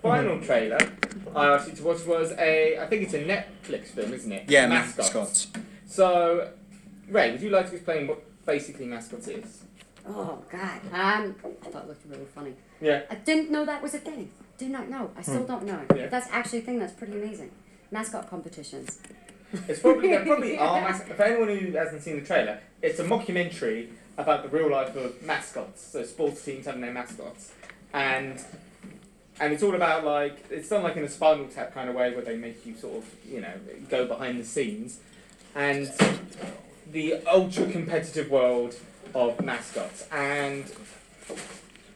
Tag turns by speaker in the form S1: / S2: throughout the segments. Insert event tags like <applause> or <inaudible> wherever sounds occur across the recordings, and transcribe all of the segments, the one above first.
S1: final trailer I asked you to watch was a, I think it's a Netflix film, isn't it?
S2: Yeah,
S1: Mascots.
S2: mascots.
S1: So, Ray, would you like to explain what basically Mascots is?
S3: Oh God, um, I thought it looked really funny.
S1: Yeah. Hmm.
S3: I didn't know that was a thing. Did not know. I still don't know.
S1: Yeah.
S3: That's actually a thing. That's pretty amazing. Mascot competitions.
S1: It's probably, there probably are mascots. For anyone who hasn't seen the trailer, it's a mockumentary about the real life of mascots. So, sports teams having their mascots. And and it's all about like it's done like in a spinal tap kind of way where they make you sort of you know go behind the scenes and the ultra competitive world of mascots and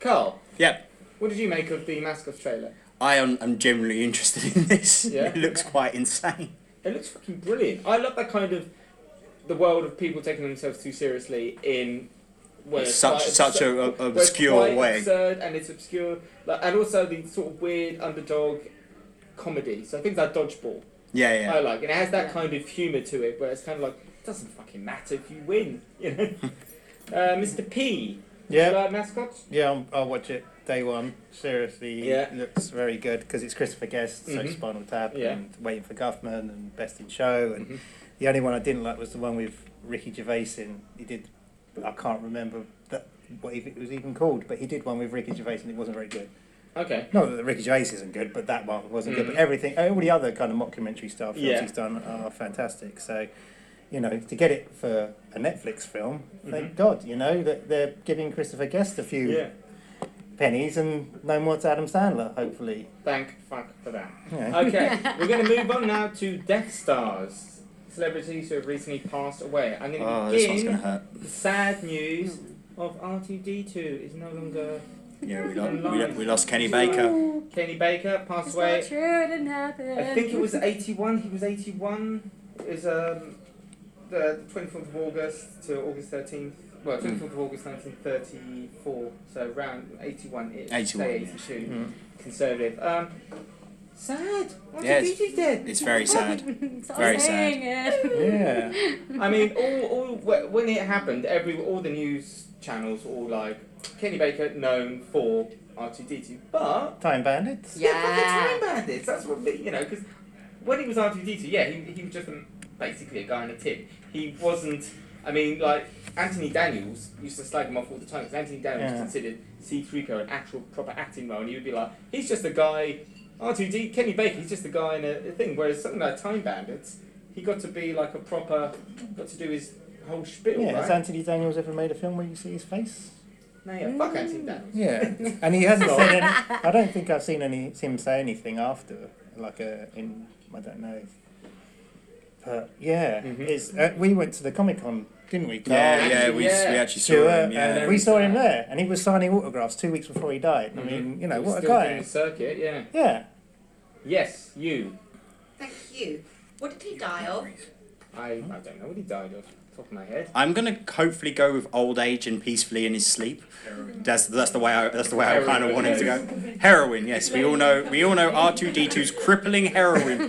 S1: carl
S2: Yeah.
S1: what did you make of the mascots trailer
S2: I am I'm generally interested in this.
S1: Yeah.
S2: <laughs> It looks quite insane.
S1: it looks fucking brilliant i love that kind of the world of people taking themselves too seriously in where
S2: It's such
S1: quite
S2: such
S1: absurd-
S2: a, a-
S1: where it's
S2: obscure
S1: quite
S2: way.
S1: absurd and it's obscure like, and also the sort of weird underdog comedy so things like dodgeball
S2: Yeah, yeah.
S1: I like. And it has that
S3: Yeah.
S1: kind of humour to it where it's kind of like, it doesn't fucking matter if you win, you
S2: <laughs>
S1: know? uh, Mr. P. Do you
S4: Yeah,
S1: like mascots?
S4: yeah, I'll, I'll watch it day one. Seriously,
S1: Yeah.
S4: looks very good because it's Christopher Guest, so
S1: Mhm.
S4: Spinal Tap
S1: Yeah.
S4: and Waiting for Guffman and Best in Show. And
S1: Mhm.
S4: the only one I didn't like was the one with Ricky Gervais in. He did, I can't remember that what if it was even called, but he did one with Ricky Gervais and it wasn't very good.
S1: Okay.
S4: Not that Ricky Gervais isn't good, but that one wasn't good. But
S1: Mhm.
S4: everything, all the other kind of mockumentary style films
S1: Yeah.
S4: he's done are fantastic. So, you know, to get it for a Netflix film, thank
S1: Mhm.
S4: God, you know, that they're giving Christopher Guest a few
S1: Yeah.
S4: pennies and no more to Adam Sandler, hopefully.
S1: Thank fuck for that.
S4: Yeah.
S3: <laughs>
S1: Okay, we're going to move on now to Death Stars. Celebrities who have recently passed away. I'm going to
S2: Oh, this one's
S1: begin
S2: gonna hurt.
S1: the sad news of R2D2 is no longer.
S2: Yeah, we lost, we, lo- we lost Kenny Baker.
S3: Ooh,
S1: Kenny Baker passed
S3: it's
S1: away.
S3: not true. It didn't happen.
S1: I think it
S3: <laughs>
S1: was 81. He was 81. It was um, the 24th of August to August 13th.
S2: Hmm.
S1: Well, 24th of August 1934. So around 81 ish.
S2: 81,
S1: Say
S2: yeah.
S1: 82.
S4: Mm.
S1: Conservative. Um, sad. Why
S2: Yeah,
S1: did you do that?
S2: It's very sad.
S3: Stop
S2: Very
S3: saying it.
S1: <laughs>
S4: yeah.
S1: I mean, all, all wh- when it happened, every all the news channels all like Kenny Baker known for R2D2, but
S4: Time Bandits?
S1: Yeah, fucking
S3: Yeah.
S1: time bandits. That's what they- you know. Because when he was R two D two, yeah, he, he was just a, basically a guy in a tin. He wasn't. I mean, like Anthony Daniels used to slag him off all the time because Anthony Daniels
S4: Yeah.
S1: considered C three PO an actual proper acting role, and he would be like, he's just a guy. R two D Kenny Baker, he's just a guy in a, a thing. Whereas something like Time Bandits, he got to be like a proper, got to do his whole spiel,
S4: Yeah, has
S1: right?
S4: Anthony Daniels ever made a film where you see his face?
S1: No, yeah, fuck Anthony Daniels.
S4: Yeah, and he <laughs> hasn't
S1: Well-
S4: said any. I don't think I've seen any him say anything after, like a in I don't know. But yeah,
S1: Mhm.
S4: it's uh, we went to the Comic Con, didn't we? Carl?
S2: Yeah, Oh, yeah, we,
S1: Yeah.
S2: we actually saw
S4: Sure,
S2: him.
S4: and
S2: Yeah.
S4: we saw him there, and he was signing autographs two weeks before he died. I
S1: Mhm.
S4: mean, you know,
S1: He was
S4: what a
S1: still doing
S4: guy.
S1: his circuit, yeah.
S4: Yeah,
S1: Yes, you.
S5: <laughs> Thank you. What did he die
S2: <laughs>
S5: of?
S1: I, I don't know what he died of. Top of my head.
S2: I'm gonna hopefully go with old age and peacefully in his sleep. That's that's the way I that's the way I kind of want him to go.
S1: <laughs>
S2: Heroin, yes, we all know we all know R2D2's crippling heroin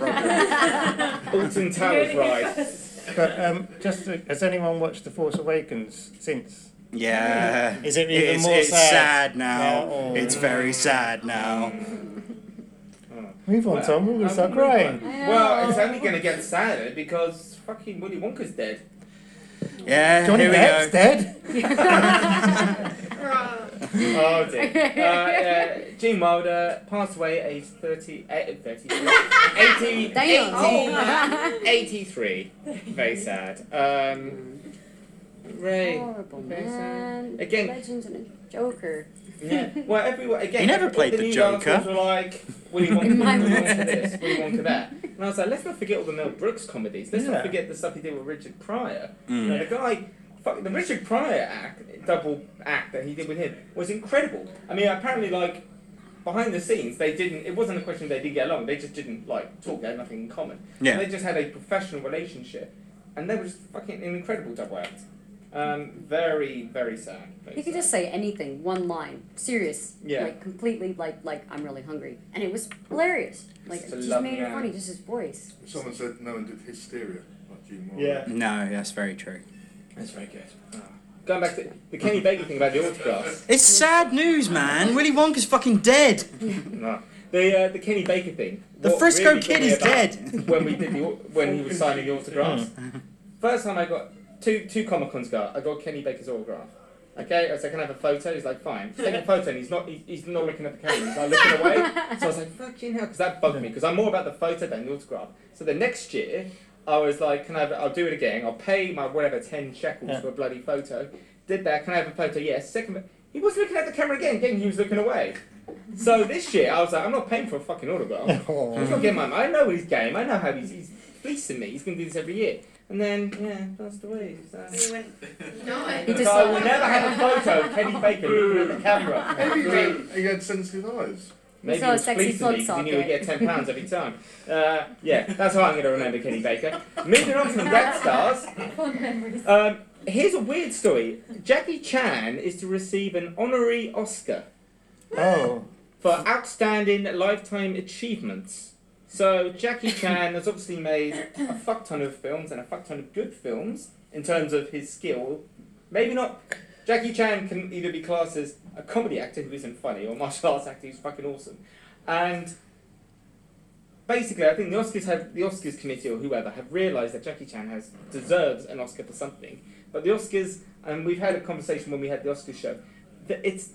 S1: <laughs>
S2: problem.
S1: <laughs> Alton Towers ride.
S4: but um, just to, has anyone watched The Force Awakens since?
S2: Yeah,
S4: Is it even
S2: it's,
S4: more
S2: it's
S4: sad?
S2: sad now.
S4: Yeah, oh.
S2: It's very sad now.
S4: Move on, Tom. We're gonna
S1: I'm
S4: start
S1: gonna move
S4: crying.
S1: on. Well, it's
S3: <laughs>
S1: only going to get sadder because fucking Willy Wonka's <laughs> dead.
S2: Yeah,
S4: Johnny
S2: here we
S4: Depp's
S2: go.
S4: dead.
S1: Oh dear. Uh, uh, Gene Wilder passed away aged 30, eh, <laughs> 33. 80,
S3: Damn.
S1: Oh, 80 83. Very sad. Um, Ray.
S3: Horrible
S1: Very
S3: man.
S1: sad. Again-
S3: Legends and a Joker.
S1: Yeah. Well, everyone again.
S2: He never
S1: all
S2: played
S1: the
S2: the
S1: news
S2: Joker.
S1: articles Were like Willy
S3: <laughs>
S1: Wonka,
S3: In my
S1: Willy
S3: mind.
S1: Wonka this, Willy Wonka that, and I was like, let's not forget all the Mel Brooks comedies. Let's
S4: Yeah.
S1: not forget the stuff he did with Richard Pryor. You know,
S2: Mm.
S1: the guy, fuck, the Richard Pryor act, double act that he did with him was incredible. I mean, apparently, like behind the scenes, they didn't. It wasn't a question they did get along. They just didn't like talk. They had nothing in common.
S2: Yeah.
S1: They just had a professional relationship, and they were just fucking an incredible double act. Um, very, very sad. very
S3: He could
S1: sad.
S3: just say anything, one line, serious,
S1: Yeah.
S3: like completely, like like I'm really hungry, and it was hilarious. Like
S1: It's a
S3: it just
S1: lovely
S3: made it
S1: man.
S3: funny, just his voice.
S6: Someone said no one did hysteria, like Gene Wilder.
S1: Yeah.
S2: No, that's very true.
S1: That's very good. Going back to the
S2: <laughs>
S1: Kenny Baker thing about the autographs.
S2: It's sad news, man. Willy Wonka's fucking dead.
S1: no. The uh, the Kenny Baker thing.
S2: The
S1: what
S2: Frisco
S1: really got
S2: Kid
S1: me
S2: is
S1: about
S2: dead.
S1: when we did the au- when he was signing the autographs. First time I got two two Comic Cons got I got Kenny Baker's autograph. Okay, I was like, can I have a photo? He's like, fine. Take a photo, and he's not he, he's not looking at the camera. He's like looking away.
S3: <laughs>
S1: So I was like, fucking hell, because that bugged me because I'm more about the photo than the autograph. So the next year, I was like, can I? Have, I'll do it again. I'll pay my whatever ten shekels
S4: Yeah.
S1: for a bloody photo. Did that? Can I have a photo? Yes. Second, he was looking at the camera again. Again, he was looking away. So this year, I was like, I'm not paying for a fucking autograph. He's not getting my money. I know his game. I know how he's, he's fleecing me. He's going to do this every year. And then, yeah, passed away. So.
S5: You went, no.
S3: He
S1: So
S3: just-
S1: I will never have a photo of Kenny Baker looking at the
S6: <laughs> Maybe he
S1: camera.
S6: had- he had sensitive eyes.
S1: Maybe
S3: So
S1: he was
S3: sexy
S1: fleecing me because he
S3: plug
S1: knew he'd get ten pounds every time. Uh, yeah, that's how I'm going to remember Kenny Baker. Moving on from Death Stars,
S3: <laughs>
S7: Fond memories.
S1: um, here's a weird story. Jackie Chan is to receive an honorary Oscar
S4: Oh,
S1: for outstanding lifetime achievements. So Jackie Chan has obviously made a fuck ton of films and a fuck ton of good films in terms of his skill. Maybe not. Jackie Chan can either be classed as a comedy actor who isn't funny or a martial arts actor who's fucking awesome. And basically, I think the Oscars have the Oscars committee or whoever have realised that Jackie Chan has deserves an Oscar for something. But the Oscars, and we've had a conversation when we had the Oscars show, that it's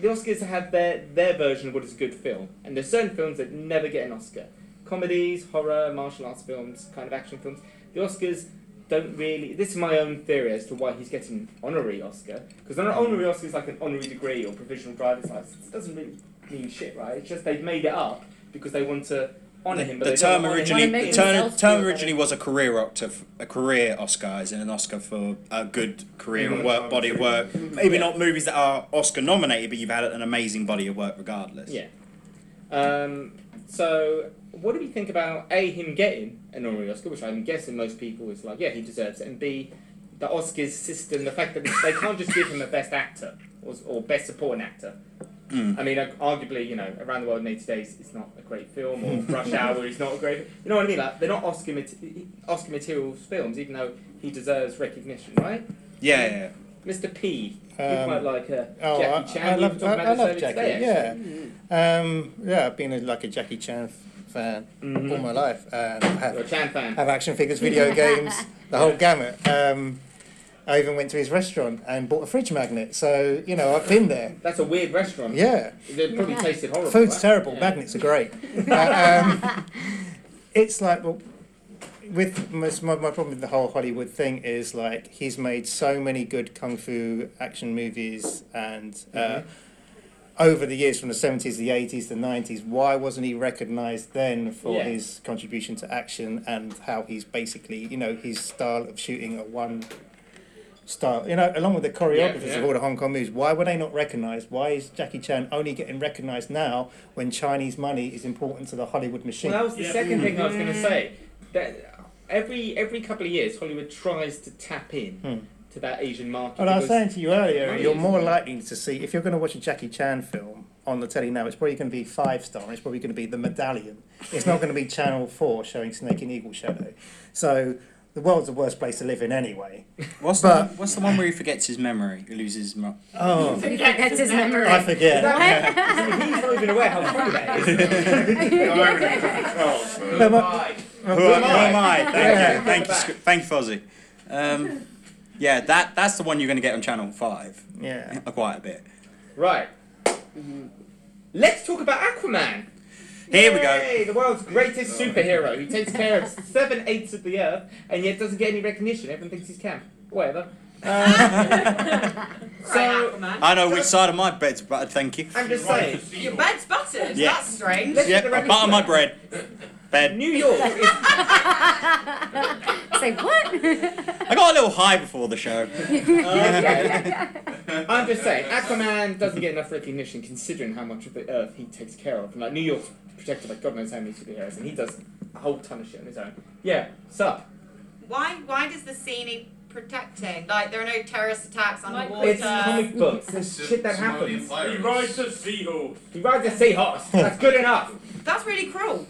S1: the Oscars have their, their version of what is a good film, and there's certain films that never get an Oscar. Comedies, horror, martial arts films, kind of action films. The Oscars don't really. This is my own theory as to why he's getting an honorary Oscar, because an honorary Oscar is like an honorary degree or provisional driver's license. It doesn't really mean shit, right? It's just they've made it up because they want to honour him. But
S2: the
S1: they
S2: term
S1: don't honour him.
S2: originally,
S3: Wanna
S2: the
S3: make
S2: term,
S3: himself
S2: term
S3: feel
S2: originally was a career Oscar, a career Oscar, as in an Oscar for a good career and work, body of work. Maybe not movies that are Oscar nominated, but you've had an amazing body of work regardless.
S1: Yeah. Um, so, what do we think about A, him getting an honorary Oscar, which I'm guessing most people is like, yeah, he deserves it, and B, the Oscars system, the fact that they can't just give him a best actor or, or best supporting actor.
S2: Mm.
S1: I mean, uh, arguably, you know, Around the World in 80 Days is not a great film, or Rush Hour is not a great You know what I mean? Like, they're not Oscar, mat- Oscar material films, even though he deserves recognition, right?
S2: Yeah, yeah, yeah.
S1: Mr. P, you
S4: Um,
S1: might like uh,
S4: oh, I,
S1: Jackie Chan.
S4: I
S1: We were
S4: love,
S1: talking
S4: I,
S1: about
S4: I
S1: this
S4: love
S1: earlier
S4: Jackie.
S1: today,
S4: yeah, um, yeah. I've been a, like a Jackie Chan f- fan
S1: Mhm.
S4: all my life, and
S1: actually.
S4: I
S1: You're a
S4: have,
S1: Chan fan.
S4: have action figures,
S1: <laughs>
S4: video games, the whole gamut. Um, I even went to his restaurant and bought a fridge magnet. So you know, I've been there.
S1: That's a weird restaurant.
S4: Yeah.
S1: They probably
S3: Yeah.
S1: tasted horrible.
S4: Food's
S1: right?
S4: terrible.
S1: Yeah.
S4: Magnets are great. Uh,
S1: <laughs>
S4: um, it's like well, with my, my my problem with the whole Hollywood thing is like he's made so many good kung fu action movies and. Uh,
S1: Mm-hmm.
S4: Over the years, from the seventies, the eighties, the nineties, why wasn't he recognised then for
S1: Yeah.
S4: his contribution to action and how he's basically, you know, his style of shooting at one style, you know, along with the choreographers
S1: yeah.
S4: of all the Hong Kong movies, why were they not recognised? Why is Jackie Chan only getting recognised now when Chinese money is important to the Hollywood machine?
S1: Well, that was the
S8: Yeah.
S1: second thing I was going
S3: Mm.
S1: to say. That every every couple of years, Hollywood tries to tap in
S4: Hmm.
S1: to that Asian market.
S4: And I was
S1: because- <laughs>
S4: saying to you earlier,
S1: Money
S4: you're
S1: is-
S4: more likely to see if you're going to watch a Jackie Chan film on the telly now. It's probably going to be five star. and It's probably going to be The Medallion. It's not going to be Channel Four showing Snake and Eagle Shadow. So the world's the worst place to live in anyway.
S2: What's the,
S4: But-
S2: what's the one where he forgets his memory? He loses. Mo-
S4: Oh,
S3: He forgets his memory.
S4: I forget.
S1: See, <laughs> he's not even aware how funny that
S3: <laughs>
S1: is.
S4: No, but-
S2: Who, am, who am I? Thank
S4: Yeah.
S2: you, thank you, Sc- thank you, Fozzie. Um, yeah, that that's the one you're going to get on Channel Five uh,
S4: Yeah.
S2: quite a bit.
S1: right. Let's talk about Aquaman.
S2: Here we go.
S1: Yay, The world's greatest superhero who takes care of seven eighths of the earth and yet doesn't get any recognition. Everyone thinks he's camp. Whatever.
S5: So,
S2: <laughs> I know which side of my bed's but thank you.
S1: <laughs> I'm just saying.
S5: your bed's buttered.
S2: Yeah.
S5: That's strange.
S1: Let's get
S2: Yep,
S1: the
S2: I
S1: record
S2: butter my
S1: straight.
S2: bread. Bed.
S1: New York is
S3: <laughs>
S1: <laughs>
S3: Say what?
S2: I got a little high before the show.
S1: Okay. I'm just saying, Aquaman doesn't get enough recognition considering how much of the Earth he takes care of. And like New York's protected by God knows how many superheroes, and he does a whole ton of shit on his own. Yeah, sup?
S5: Why? Why does the sea need protecting? Like there are no terrorist attacks
S7: Like-
S5: underwater.
S1: It's
S3: uh,
S1: comic books. There's shit that happens.
S8: He rides a seahorse.
S1: He rides a seahorse. That's good enough.
S5: That's really cruel.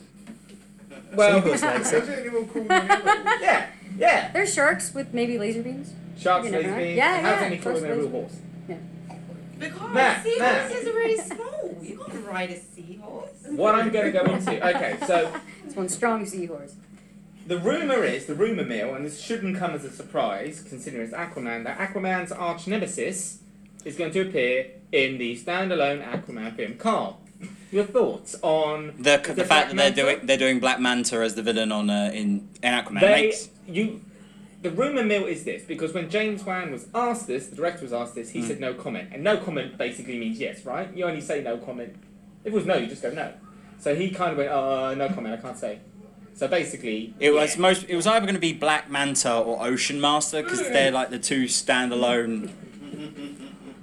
S1: Well, <laughs>
S4: Seahorse legs.
S6: Is it anyone called the other?
S1: yeah, yeah.
S3: There's sharks with maybe laser beams.
S1: Sharks,
S3: You never
S1: laser
S3: know.
S1: beams.
S3: Yeah,
S1: How's
S3: yeah,
S1: any cooler
S3: of
S1: than a
S3: course
S1: real horse?
S5: Because
S1: Matt,
S5: sea
S1: Matt.
S5: horses are really small. You can't can ride a seahorse.
S1: <laughs> What I'm going to go into. Okay, so
S3: It's one strong seahorse.
S1: the rumor is the rumor mill, and this shouldn't come as a surprise considering it's Aquaman. That Aquaman's arch nemesis is going to appear in the standalone Aquaman film. Carl, your thoughts on
S2: The,
S1: Is it
S2: the
S1: Black
S2: fact that they're
S1: Manta?
S2: doing they're doing Black Manta as the villain on uh, in in Aquaman
S1: They-
S2: makes
S1: you. The rumor mill is this because when James Wan was asked this, the director was asked
S2: Mm.
S1: this. He said no comment, and no comment basically means yes, right? You only say no comment. If it was no, you just go no. So he kind of went, "Uh, no comment. I can't say." So basically,
S2: It was
S1: yeah.
S2: most. It was either going to be Black Manta or Ocean Master because
S1: Mm.
S2: they're like the two standalone.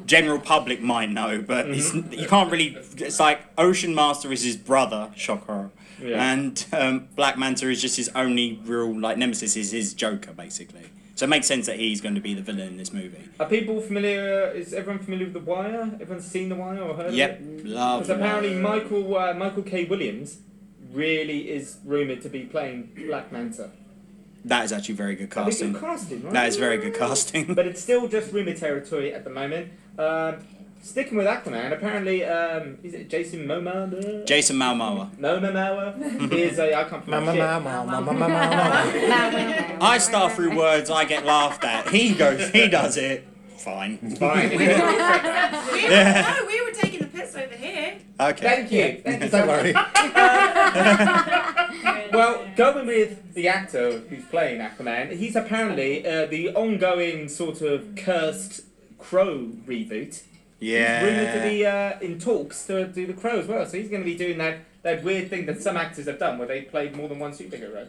S2: General public might know, but
S1: Mm-hmm.
S2: it's, you can't really. It's like Ocean Master is his brother, shock horror,
S1: Yeah.
S2: and um, Black Manta is just his only real like nemesis is his Joker basically. So it makes sense that he's going to be the villain in this movie.
S1: Are people familiar? Is everyone familiar with The Wire? Everyone's seen The Wire or heard of
S2: Yep,
S1: it?
S2: love.
S1: Because apparently Michael uh, Michael K. Williams really is rumored to be playing Black Manta.
S2: that is actually very good
S1: That'd be good
S2: casting.
S1: casting, right?
S2: That is very good
S1: <laughs>
S2: casting.
S1: But it's still just rumor territory at the moment. Um, sticking with Aquaman, apparently, um, is it Jason Momoa?
S2: Jason Momoa. <laughs>
S1: Momoa is a I can't
S4: Ma ma
S1: pronounce
S4: ma
S1: it.
S4: ma ma ma
S3: <laughs>
S4: ma ma.
S1: <laughs>
S2: I start through words, I get laughed at. He goes, he does it. Fine.
S1: <laughs> Fine.
S4: <laughs>
S5: we were,
S2: Yeah.
S5: No, we were taking the piss over here.
S2: Okay.
S1: Thank you. Thank you so
S4: Don't
S1: much.
S4: worry.
S1: Well,
S5: <laughs>
S1: going with the actor who's playing Aquaman, he's apparently uh, the ongoing sort of cursed Crow reboot. He's rumoured to
S2: <laughs> Yeah.
S1: be uh, in talks to do the Crow as well, so he's going to be doing that, that weird thing that some actors have done where they played more than one superhero.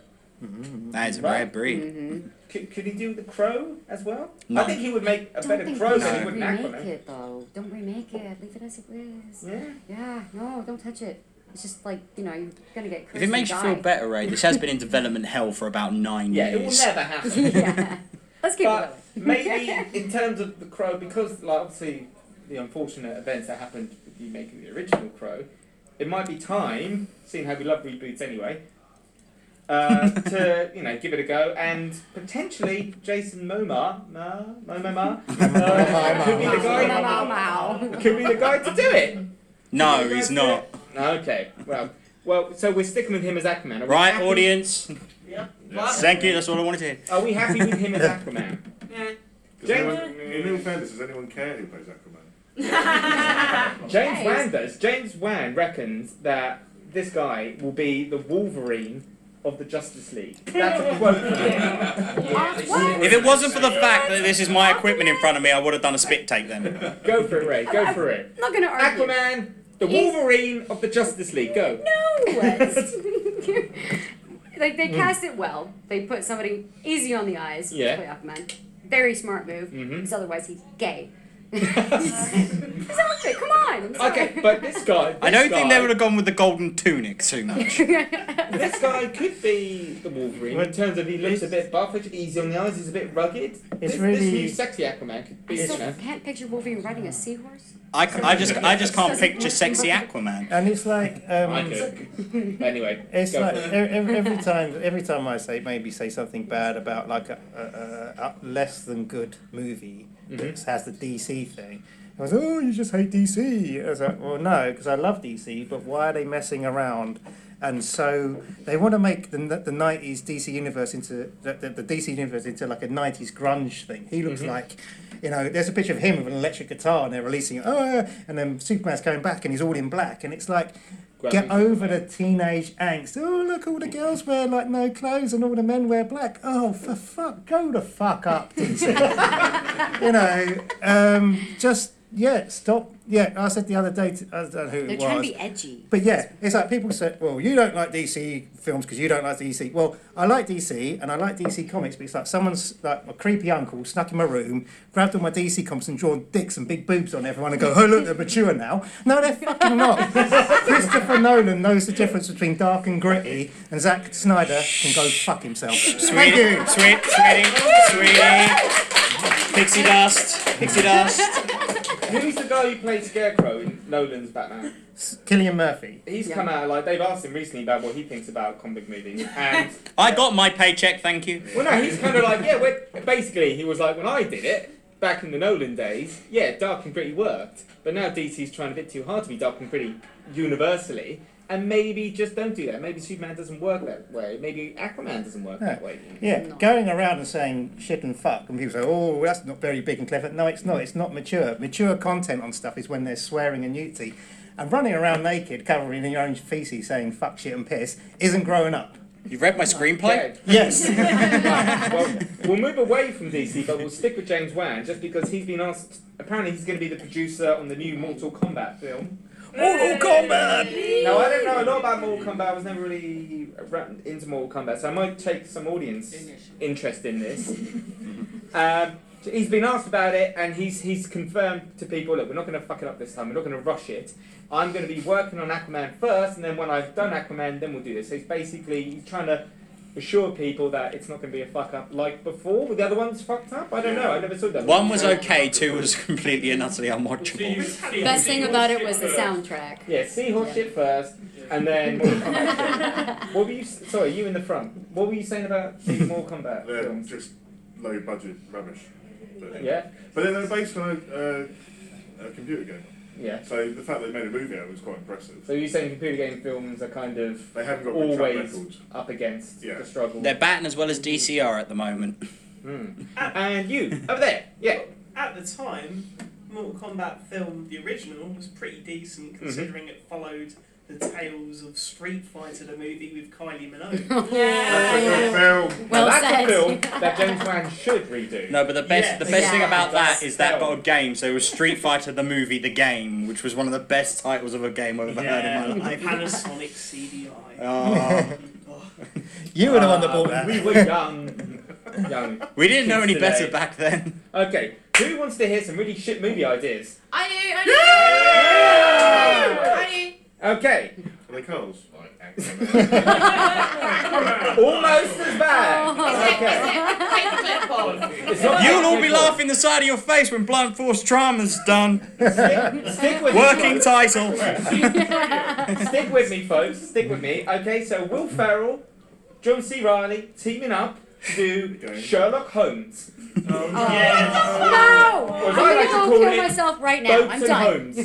S2: That is a rare
S1: Mm.
S2: breed.
S3: Mm-hmm.
S1: Could, could he do the Crow as well?
S2: No.
S1: I think he would make a
S3: Don't
S1: better
S3: think
S1: Crow
S2: No.
S3: we
S1: than
S3: should
S1: he would an
S3: remake
S1: Aquaman.
S3: it though. Don't remake it. Leave it as it is.
S1: Yeah.
S3: Yeah, no, don't touch it. It's just like, you know, you're gonna get cursed
S2: If it makes you
S3: and
S2: feel
S3: die.
S2: better, Ray, this has been in development hell for about nine
S1: Yeah, it will
S2: years.
S1: never happen.
S3: <laughs> yeah. Let's keep it
S1: But
S3: going.
S1: maybe
S5: <laughs>
S1: in terms of the Crow, because like obviously the unfortunate events that happened with you making the original Crow, it might be time, seeing how we love reboots anyway,
S5: <laughs>
S1: uh, to you know give it a go and potentially Jason Momoa, Ma, Mo, Mo, Ma, uh, could be the guy. Could be the guy to do it.
S2: No, he's not.
S1: Okay, well, well, so we're sticking with him as Aquaman. Are we
S2: Right,
S1: happy-
S2: audience?
S5: What?
S2: Thank you, that's all I wanted to hear.
S1: Are we happy
S2: <laughs>
S1: with him as Aquaman?
S5: Yeah.
S6: Does anyone-
S1: James-
S6: in all fairness, does anyone care who plays Aquaman?
S1: James
S3: Nice.
S1: Wan does. James Wan reckons that this guy will be the Wolverine of the Justice
S4: <laughs>
S1: League. That's a quote from him.
S3: Uh, what?
S2: If it wasn't for the fact that this is my equipment in front of me, I would have done a spit take then.
S1: Go for it, Ray. Go for it.
S3: I'm not gonna argue.
S1: Aquaman, the
S3: He's-
S1: Wolverine of the Justice League. Go.
S3: No. <laughs> like they cast it well. They put somebody easy on the eyes. to
S1: Yeah. Mm-hmm.
S3: Play Aquaman. Very smart move. Because otherwise he's
S1: <laughs>
S3: gay. <laughs> Exactly. Come on. I'm sorry.
S1: okay, but this guy. This
S2: I don't think they
S1: guy-
S2: would have gone with the golden tunic too much.
S3: <laughs>
S1: <laughs> This guy could be the Wolverine in terms of he looks a bit buff, he's easy on the eyes, he's a bit rugged. this, this
S4: really-
S1: new sexy Aquaman could
S3: I
S1: be, you
S3: still
S1: know.
S3: can't picture Wolverine riding a seahorse.
S2: I, c- I just, I just can't picture sexy Aquaman.
S4: And it's like
S1: <laughs> I
S4: um,
S1: could. Anyway,
S4: It's
S1: go
S4: like
S1: for it.
S4: every, every time, every time I say maybe say something bad about like a, a, a, a less than good movie
S1: Mm-hmm.
S4: that has the DC thing. I was oh you just hate DC. I was like well no because I love DC but why are they messing around? And so they want to make the the nineties DC universe into the, the, the DC universe into like a nineties grunge thing. He looks
S1: Mm-hmm.
S4: like. You know, there's a picture of him with an electric guitar, and they're releasing it. Oh, and then Superman's coming back, and he's all in black, and it's like,
S1: Grabbing
S4: get over the teenage angst. Oh, look, all the girls wear like no clothes and all the men wear black. Oh, for fuck, go the fuck up. <laughs> DC. you know, um, just, yeah, stop. Yeah, I said the other day, to, I don't know who
S3: They're
S4: it
S3: trying
S4: was.
S3: to be edgy.
S4: But yeah, it's like people said, well, you don't like DC films because you don't like DC. Well, I like DC and I like DC comics, but it's like someone's like a creepy uncle snuck in my room, grabbed all my DC comics and drawn dicks and big boobs on everyone and go, oh look, they're mature now. No, they're fucking not. <laughs> Christopher Nolan knows the difference between dark and gritty, and Zack Snyder can go fuck himself. Thank
S2: Sweetie,
S4: you.
S2: sweet, sweetie, sweetie. Pixie dust, pixie dust.
S1: Who's the guy who played Scarecrow in Nolan's Batman?
S4: Killian Murphy.
S1: He's
S3: Yeah.
S1: come out like they've asked him recently about what he thinks about comic movies, and
S2: I got my paycheck, thank you.
S1: well, no, he's kind of like yeah. We're, basically, he was like, when I did it, back in the Nolan days, yeah, dark and gritty worked. But now DC's trying a bit too hard to be dark and gritty universally. And maybe just don't do that. Maybe Superman doesn't work that way. Maybe Aquaman doesn't work that way.
S4: Yeah,
S3: No.
S4: going around and saying shit and fuck, and people say, "Oh, that's not very big and clever." No, it's not. It's not mature. Mature content on stuff is when they're swearing and nudity, and running around naked, covered in your own feces, saying "fuck, shit, and piss" isn't growing up.
S2: You've read my
S1: Okay.
S2: screenplay?
S4: <laughs> Yes.
S1: well, we'll move away from DC, but we'll stick with James Wan just because he's been asked. Apparently, he's going to be the producer on the new Mortal Kombat film.
S2: Mortal Kombat!
S1: Now, I don't know a lot about Mortal Kombat. I was never really ra- into Mortal Kombat, so I might take some audience interest in
S2: <laughs>
S1: this. Um, so he's been asked about it, and he's he's confirmed to people, look, we're not going to fuck it up this time. We're not going to rush it. I'm going to be working on Aquaman first, and then when I've done Aquaman, then we'll do this. So he's basically he's trying to assure people that it's not going to be a fuck up like before. Were the other ones fucked up? I don't know. I never saw that.
S2: One was okay, two was completely and utterly unwatchable.
S3: Best thing about it was
S1: <laughs>
S3: the soundtrack.
S1: Yeah, seahorse shit first, and
S2: <laughs>
S1: then Mortal Kombat. film. what were you? s- Sorry, you in the front. What were you saying
S7: <laughs>
S1: about the Mortal Kombat
S6: They're
S1: films?
S6: just low budget rubbish. But-
S1: Yeah,
S6: But then they're based on a, uh, a computer game.
S1: yeah.
S6: So the fact they made a movie out of it was quite impressive.
S1: So you're saying computer game films are kind of
S6: They haven't got good track
S1: always
S6: records.
S1: up against
S6: Yeah.
S1: the struggle.
S2: They're batting as well as DCR at the moment.
S1: Hmm. And you over there, yeah.
S7: At the time, Mortal Kombat film, the original, was pretty
S1: Mm-hmm.
S7: decent considering it followed the tales of Street Fighter, the movie with Kylie Minogue.
S6: That's a good film.
S3: Well
S1: now, that's
S3: said.
S1: a film that
S7: <laughs>
S1: James Wan should redo.
S2: No, but the best
S7: Yeah.
S2: the best thing
S3: Yeah.
S2: about that is that
S1: That's-
S2: got a game. So it was Street Fighter the movie, the game, which was one of the best titles of a game I've ever heard in my life.
S4: <laughs>
S7: Panasonic CDI.
S2: Oh,
S4: <laughs> you were the one that bought
S1: Ah,
S4: that.
S1: We were young, young. <laughs>
S2: we didn't know any
S1: Kids today.
S2: better back then.
S1: Okay, who wants to hear some really shit movie
S7: <laughs>
S1: ideas?
S5: I knew, I knew. I knew.
S1: Okay,
S6: Are they <laughs> Carl's?
S1: almost as
S3: Oh.
S1: bad.
S5: Is it,
S1: Okay. <laughs>
S5: is it, <laughs> take the clip off.
S1: It's not
S2: You'll all
S1: that
S2: be
S1: difficult.
S2: laughing the side of your face when Blind Force Trauma's done.
S4: <laughs>
S1: Stick, stick with
S2: Working
S1: me.
S2: title.
S1: <laughs> Stick with me, folks. Stick with me. Okay, so Will Ferrell, John C. Riley teaming up to do
S6: Okay.
S1: Sherlock Holmes.
S6: Oh,
S1: Oh.
S7: Yes.
S3: No!
S1: Or
S3: I'm
S1: as I
S3: gonna
S1: like to
S3: go
S1: call
S3: kill
S1: it,
S3: myself right now.
S1: Boats
S3: I'm
S1: and
S3: done.
S1: Holmes.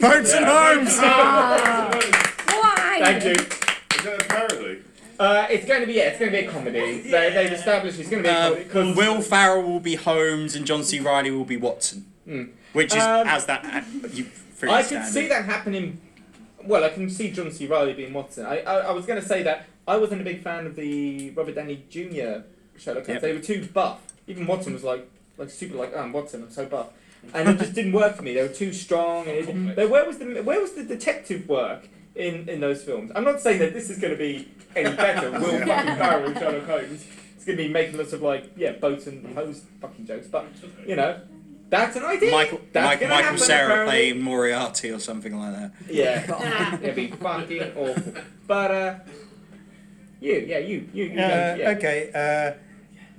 S2: Boats and homes.
S3: Ah. Why?
S1: Thank
S3: <laughs>
S1: you.
S6: Is that a parody?
S1: Uh, it's going to be yeah, it's going to be a comedy. They, they've established it's going to be a
S2: Uh,
S1: comedy. 'cause-
S2: Will Farrell will be Holmes and John C. Riley will be Watson,
S1: Mm.
S2: which is
S1: Um,
S2: as that you pretty
S1: I can
S2: standard.
S1: see that happening. Well, I can see John C. Riley being Watson. I, I, I was going to say that I wasn't a big fan of the Robert Downey Jr. Sherlock Holmes.
S2: Yep.
S1: They were too buff. Even Watson was like, like super like, oh, I'm Watson. I'm so buff, and it just didn't work for me. They were too strong. And it, they- where was the where was the detective work in in those films? I'm not saying that this is going to be any better.
S2: <laughs>
S1: Will fucking Barrow Sherlock Holmes. It's going to be making lots of like yeah boats and hose fucking jokes, but you know. That's an idea.
S2: Michael,
S1: That's
S2: Mike,
S1: gonna
S2: Michael
S1: happen,
S2: Sarah
S1: apparently.
S2: playing Moriarty or something like that.
S1: Yeah,
S5: Nah.
S1: it'd be fucking awful. But uh, you, yeah, you, you, you,
S4: Uh,
S1: go, yeah.
S4: okay. Uh,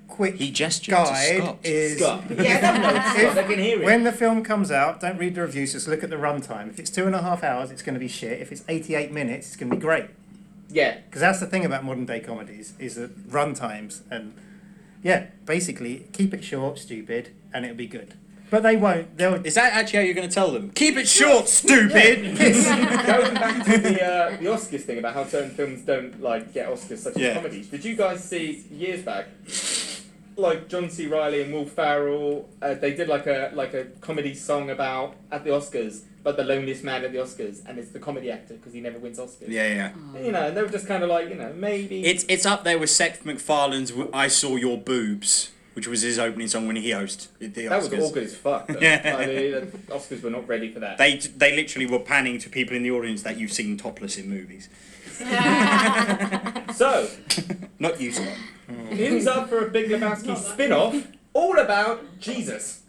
S4: quick
S2: He gestured to
S4: guide
S2: Scott.
S4: is
S1: Scott. Yeah, that bloke's <laughs> Scott. They can hear it.
S4: When the film comes out, don't read the reviews, just look at the runtime. If it's two and a half hours, it's going to be shit. If it's 88 minutes, it's going to be great.
S1: yeah,
S4: Because that's the thing about modern day comedies is the runtimes and yeah, basically keep it short, stupid, and it'll be good. But they won't. They'll
S2: is that actually how you're going to tell them? Keep it
S1: <laughs>
S2: short, stupid.
S1: going back to the uh, the Oscars thing about how certain films don't like get Oscars, such
S2: Yeah.
S1: as comedies. Did you guys see years back? Like John C. Riley and Will Farrell, uh, they did like a like a comedy song about at the Oscars, but the loneliest man at the Oscars, and it's the comedy actor because he never wins Oscars.
S2: Yeah, yeah.
S1: You know, and they were just kind of like, you know, maybe
S2: It's it's up there with Seth MacFarlane's w- "I Saw Your Boobs," which was his opening song when he hosted the
S1: That was
S2: Oscars.
S1: all good as fuck. Though.
S2: <laughs> Yeah.
S1: I mean, the Oscars were not ready for that.
S2: They they literally were panning to people in the audience that you've seen topless in movies.
S1: So,
S2: Not you, Scott.
S1: news up for a Big Lebowski spin off all about Jesus.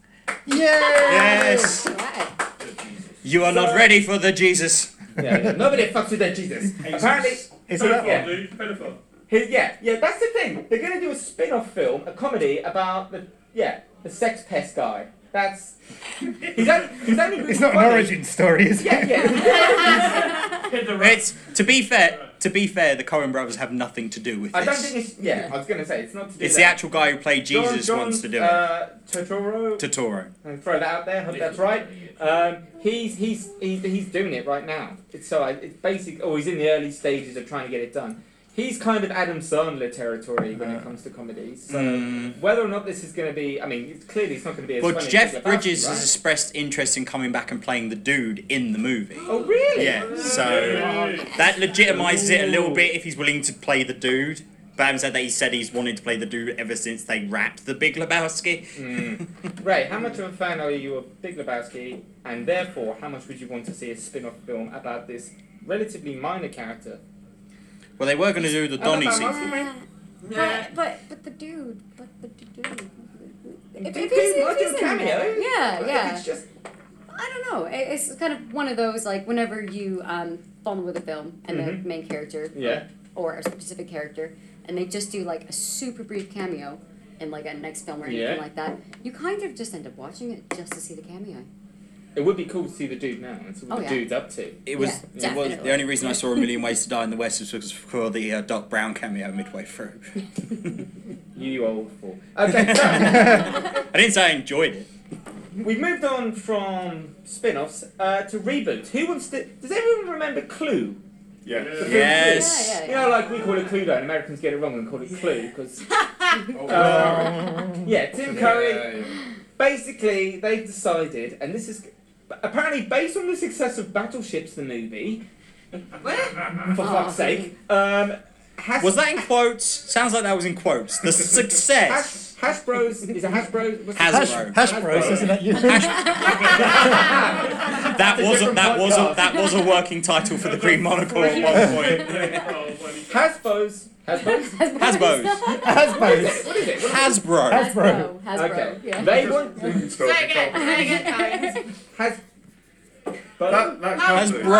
S2: Yes,
S3: Why?
S2: you are not ready for the Jesus.
S1: Yeah, yeah, nobody fucks with their Jesus. Apparently,
S4: it's about
S6: Oh,
S1: yeah. His, yeah, yeah, that's the thing. They're going to do a spin off film, a comedy about the, yeah, the sex pest guy. That's. He's only, he's only
S4: it's not an origin story, is it?
S1: Yeah, yeah.
S2: It's to be fair. to be fair, the Coen brothers have nothing to do with this.
S1: I don't think it's. Yeah, I was going to say it's not to do
S2: it's the
S1: that.
S2: actual guy who played
S1: John-
S2: Jesus
S1: John,
S2: wants to do it.
S1: uh, Totoro.
S2: Totoro.
S1: and throw that out there. Hope that's right. Um, he's, he's he's he's doing it right now. It's so I, it's basic. Oh, he's in the early stages of trying to get it done. He's kind of Adam Sandler territory when
S4: Uh.
S1: it comes to comedies. So
S2: Mm.
S1: whether or not this is going to be, I mean, it's, clearly it's not going to be as
S2: Well,
S1: funny as
S2: Jeff
S1: Lebowski,
S2: Bridges
S1: right?
S2: has expressed interest in coming back and playing the dude in the movie.
S1: Oh really?
S2: Yeah, so that legitimizes it a little bit if he's willing to play the dude. But having said that, he said he's wanted to play the dude ever since they wrapped the Big Lebowski. <laughs>
S1: Mm. Ray, how much of a fan are you of Big Lebowski, and therefore how much would you want to see a spin-off film about this relatively minor character?
S2: Well, they were going to do the
S1: How about
S2: Donny
S1: that
S2: scene.
S1: one?
S5: Yeah.
S3: But, but but the dude, but the dude. If,
S1: The dude,
S3: if he's, if
S1: what,
S3: he's
S1: do a
S3: in there,
S1: cameo?
S3: yeah, yeah.
S1: It's just
S3: I don't know. It, it's kind of one of those like whenever you um fall in with a film and
S1: Mhm.
S3: the main character
S1: yeah.
S3: or a specific character, and they just do like a super brief cameo in like a next film or anything
S1: Yeah.
S3: like that. You kind of just end up watching it just to see the
S1: <laughs>
S3: cameo.
S1: It would be cool to see the dude now and see what
S3: Oh,
S1: the
S3: yeah.
S1: dude's up to.
S2: It was,
S3: Yeah,
S2: it was
S3: definitely.
S2: the only reason I saw A Million Ways to Die in the West was because for the uh, Doc Brown cameo midway through.
S1: You old fool. Okay,
S3: <laughs>
S4: <laughs>
S1: so
S2: I didn't say I enjoyed it.
S1: <laughs> we've moved on from spin offs uh, to reboots. Who wants to. Does everyone remember Clue?
S6: Yeah.
S2: Yes.
S3: Yeah, yeah,
S1: You know, like we call it Clue, though, and Americans get it wrong and call it Clue because.
S6: Oh,
S1: yeah, Oh.
S2: <laughs>
S1: Tim Curry. Basically, they've decided, and this is. Apparently, based on the success of Battleships, the movie, for
S3: Oh,
S1: fuck's sake, um, has
S2: Was that in quotes? Sounds like that was in quotes. The success.
S1: Hash, Hasbro's is it Hasbro's? what's it
S2: Has-
S1: called?
S4: Hash,
S2: Hasbro.
S4: hash bros, isn't <laughs> that you?
S2: That
S1: It's a
S2: wasn't.
S1: different
S2: That wasn't.
S1: podcast.
S2: That was a working title for the Green Monocle <laughs> at one point.
S6: Oh,
S1: Hasbro's. Hasbro's.
S2: Hasbro's.
S4: Hash
S1: <laughs>
S4: bros.
S1: what is it?
S2: Hasbro.
S4: Hasbro.
S3: <laughs> Hasbro. Hasbro.
S1: okay.
S3: Yeah.
S1: They want
S5: Say it again, say it again, Colin.
S1: has but
S6: That, that
S2: Has
S6: company.
S2: bro.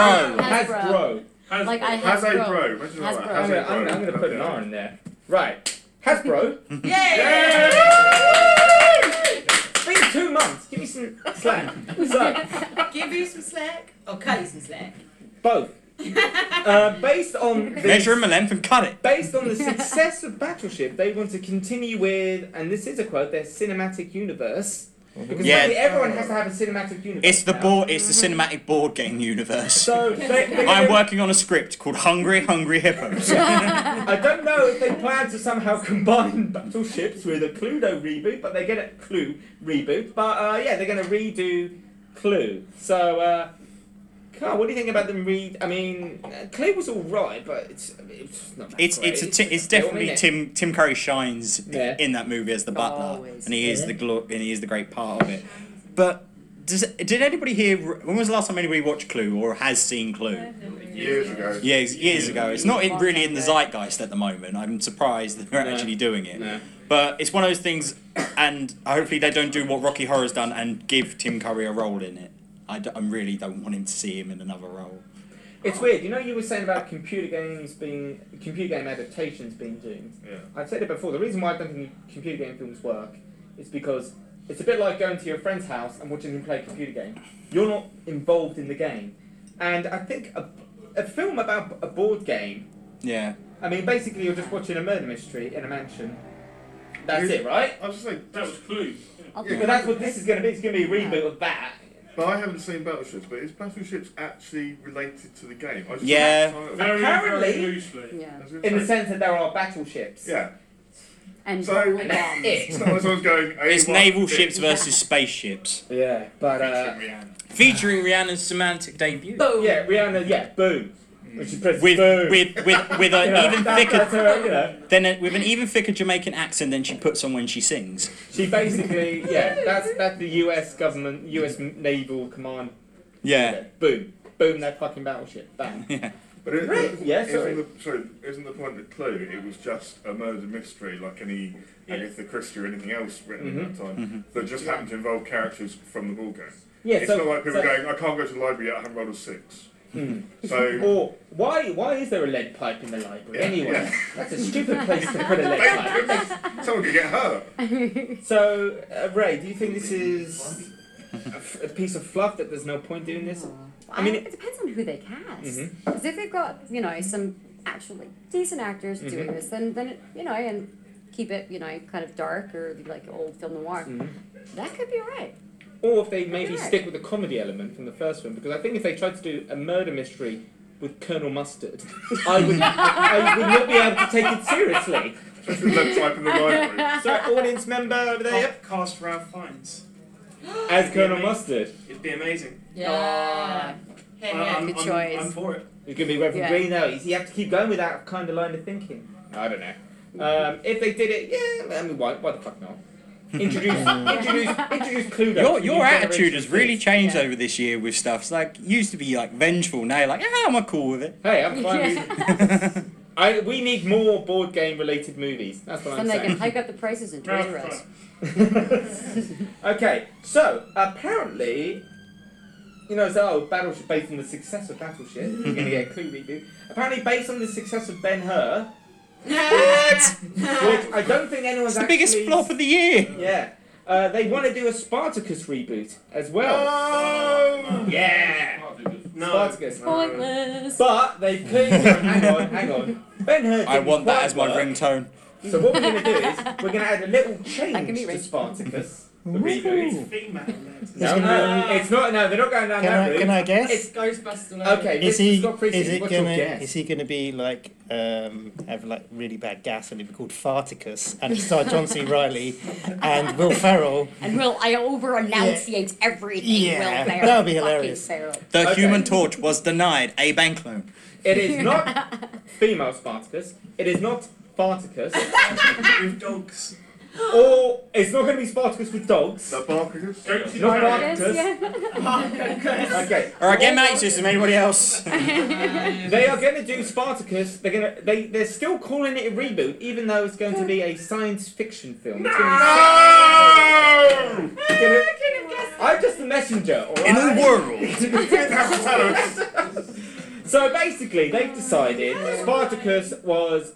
S1: has
S3: Hasbro.
S1: bro.
S6: Has,
S3: Like I
S6: has
S3: have
S6: a
S3: bro.
S6: bro. Where's your
S3: Has
S6: right?
S3: bro.
S1: I'm
S6: Has
S1: gonna,
S6: a
S1: I'm, gonna- I'm
S6: bro.
S1: gonna put an
S6: Okay.
S1: R in there. Right. Hasbro.
S5: Yay!
S1: Been two months. Give me some slack. <laughs> So
S5: Give you some slack. Or cut you some slack.
S1: both. Uh, based on
S2: Measure
S1: the,
S2: him a length and cut it.
S1: based on the success of Battleship, they want to continue with, and this is a quote, their cinematic universe. Because
S2: Yeah.
S1: apparently everyone has to have a cinematic universe.
S2: It's the
S1: now.
S2: board. It's the cinematic board game universe.
S1: So they, they're
S2: I'm
S1: gonna-
S2: working on a script called Hungry Hungry Hippos.
S1: I don't know if they plan to somehow <laughs> combine Battleships with a Cluedo reboot, but they get a Clue reboot. But uh, yeah, they're going to redo Clue. So, uh, Carl, what do you think about them read? I mean, uh, Clue was all right, but it's, it's not that
S2: It's
S1: great.
S2: it's a ti- it's
S1: Film,
S2: definitely
S1: innit?
S2: Tim Tim Curry shines
S1: Yeah. Oh,
S2: in that movie as the butler,
S3: Always.
S2: and he is the glo- and he is the great part of it. But does did anybody here? When was the last time anybody watched Clue or has seen Clue?
S6: Years ago.
S2: Yeah, it's years ago. It's not in, really in the zeitgeist at the moment. I'm surprised that they're
S1: No.
S2: actually doing it.
S1: No.
S2: But it's one of those things, and hopefully they don't do what Rocky Horror's done and give Tim Curry a role in it. I, d- I really don't want him to see him in another role.
S1: It's weird. You know, you were saying about computer games being computer game adaptations being doomed.
S6: Yeah.
S1: I've said it before. The reason why I don't think computer game films work is because it's a bit like going to your friend's house and watching him play a computer game. You're not involved in the game, and I think a, a film about a board game.
S2: Yeah.
S1: I mean, basically, you're just watching a murder mystery in a mansion. That's it, right?
S6: I was just like,
S8: That was Clue.
S3: I'll
S6: Yeah.
S1: But that's what this is going to be. It's going to be a reboot of that.
S6: but I haven't seen Battleships, but is Battleships actually related to the game? I just
S2: Yeah.
S6: saw that title.
S8: Very,
S1: Apparently-
S8: very loosely.
S3: Yeah.
S6: I was gonna
S1: In the
S6: say-
S1: sense that there are battleships.
S6: Yeah.
S3: And um,
S6: So- <laughs>
S1: And that's <laughs> it.
S6: So I was going,
S2: It's
S6: A1,
S2: naval
S6: big
S2: ships versus spaceships.
S1: Yeah, but uh,
S6: feature, yeah.
S2: Featuring Rihanna's semantic debut.
S5: Boom.
S1: yeah, Rihanna. Yeah, boom. Which is press
S2: With,
S1: boom.
S2: with with with <laughs>
S6: uh,
S1: You
S2: an
S1: know,
S2: even
S1: that-
S2: thicker
S1: that's her, you know.
S2: than a, with an even thicker Jamaican accent than she puts on when she sings.
S1: She basically, yeah, that's that's the U.S. government, U.S. naval command.
S2: Yeah.
S1: Boom, boom, that fucking battleship.
S2: <laughs>
S1: Bang.
S6: But it,
S1: Right, yeah, sorry.
S6: Isn't the, sorry, isn't the point of Clue? It was just a murder mystery, like any
S8: Yeah.
S6: Agatha Christie or anything else written at
S1: Mm-hmm.
S6: that time, that just happened to involve characters from the ball game.
S1: Yeah.
S6: it's
S1: so,
S6: not like people
S1: so-
S6: going, I can't go to the library yet. I haven't rolled a six. So
S1: Hmm. Or why why is there a lead pipe in the library
S6: hmm. Yeah,
S1: <laughs> anyway?
S6: yeah. <laughs>
S1: That's a stupid place to put a lead pipe.
S6: someone could get hurt.
S1: So, uh, Ray, do you think this is a, f- a piece of fluff
S6: <laughs>
S1: that there's no point doing this?
S3: Well,
S1: I mean,
S3: it depends on who they cast.
S1: Mhm.
S3: Because if they've got, you know, some actually decent actors
S1: Mm-hmm.
S3: doing this, then then it, you know and keep it you know kind of dark or like old film noir.
S1: Mm. Mm-hmm.
S3: That could be alright.
S1: Or if they maybe
S3: Yeah.
S1: stick with the comedy element from the first one, because I think if they tried to do a murder mystery with Colonel Mustard, I
S3: <laughs>
S1: would, I would not be able to take it seriously.
S6: That's the lead type in
S3: <laughs>
S6: the library.
S1: Sorry, audience member over there, yep,
S7: Cast Ralph Fiennes.
S1: <gasps> as Colonel Mustard.
S7: It'd be amazing.
S5: Yeah.
S7: I-
S5: Hit
S7: I'm,
S5: it.
S3: Good
S7: I'm-
S3: choice.
S7: I'm for it.
S1: It's going to be Reverend
S3: Yeah.
S1: Green now. You have to keep going with that kind of line of thinking. I don't know. Um, if they did it, yeah, I mean, why, why the fuck not?
S3: <laughs>
S1: Introduce, introduce, introduce Cluedo.
S2: Your,
S1: to the
S2: your
S1: new
S2: attitude
S1: generation
S2: has
S1: of
S2: really
S1: kids.
S2: changed
S3: Yeah.
S2: over this year with stuff. It's like you used to be like vengeful. Now you're like, ah, I'm cool with it.
S1: Hey,
S3: <laughs>
S1: I'm fine with
S2: <laughs>
S3: Yeah.
S1: I, we need more board game related movies. That's what
S3: and they can
S1: I'm
S3: hike up the prices in Toys
S1: <laughs>
S3: R Us.
S1: saying. okay, so apparently, you know, so oh, Battleship based on the success of Battleship. You're going to get a clue reboot. Apparently, based on the success of Ben Hur,
S5: What?
S1: which I don't think anyone's
S2: It's the
S1: actually
S2: biggest flop of the year.
S1: Yeah. Uh, they want to do a Spartacus reboot as well.
S6: Oh!
S1: Yeah.
S7: No.
S1: Spartacus.
S3: Pointless.
S1: But they clearly hang on, hang on. Ben Hur.
S2: I
S1: didn't
S2: want that
S1: quite
S2: as my
S1: work.
S2: ringtone.
S1: So what we're going to do is we're going to add a little change
S3: can
S1: to
S3: be racist.
S1: Spartacus, the reboot.
S7: Female led.
S1: No, no,
S6: <laughs>
S1: it's not. No, they're not going down
S4: Can
S1: that
S4: I,
S1: route.
S4: can I guess?
S5: It's Ghostbusters. <laughs>
S1: Okay,
S4: is
S1: Mr.
S4: he
S1: Scott Priestley,
S4: is it
S1: what's
S4: gonna
S1: your guess?
S4: is he gonna be like um, have like really bad gas and it'd be called Farticus and star John C. Riley and Will Ferrell?
S3: And will I over enunciate everything?
S4: Yeah,
S3: Will Ferrell,
S4: that would be
S3: fucking
S4: hilarious.
S3: Ferrell.
S2: The
S1: Okay.
S2: Human Torch was denied a bank loan.
S1: It is not
S4: <laughs>
S1: female Spartacus. It is not Spartacus.
S7: With dogs.
S1: or it's not going to be Spartacus with dogs.
S6: The Barkers?
S1: It's Not
S3: Yes,
S1: Spartacus. <laughs> Okay.
S2: All right, get mates system. Anybody else?
S1: They are going to do Spartacus. They're going to. They they're still calling it a reboot, even though it's going to be a science fiction film. No!
S6: No!
S1: I'm just the messenger. All right?
S2: In a world.
S6: You didn't have to tell us.
S1: <laughs> So basically, they've decided Spartacus was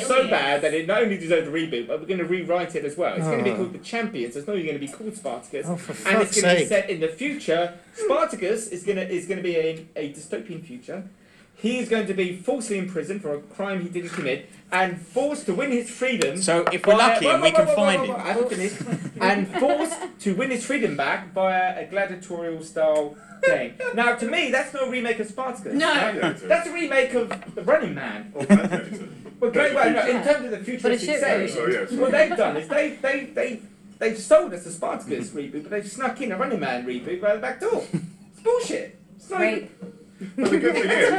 S1: so
S5: Aliens.
S1: bad that it not only deserved a reboot, but we're going to rewrite it as well. It's going to be
S4: Oh.
S1: called The Champions. It's not only going to be called Spartacus.
S4: Oh, for
S1: and it's
S4: fuck's
S1: going to be
S4: sake!
S1: set in the future. Spartacus is going to is going to be a, a dystopian future. He is going to be falsely imprisoned for a crime he didn't commit and forced to win his freedom.
S2: So if we're
S1: by-
S2: lucky
S1: whoa,
S2: and we
S1: whoa,
S2: can
S1: whoa, whoa,
S2: find
S1: whoa,
S2: him.
S1: whoa, I haven't finished. <laughs> and forced to win his freedom back via a gladiatorial style thing. Now, to me, that's not a remake of Spartacus.
S5: No.
S1: That's a remake of The Running Man.
S6: Or Gladiator.
S1: Well, great, well, no, in terms of the
S3: But a
S1: futuristic
S3: shit
S1: series,
S6: Oh, yes.
S1: what they've done is they they they they've sold us a Spartacus reboot, but they've snuck in a Running Man reboot by the back door. It's bullshit. It's not
S3: Right.
S6: But the good thing is,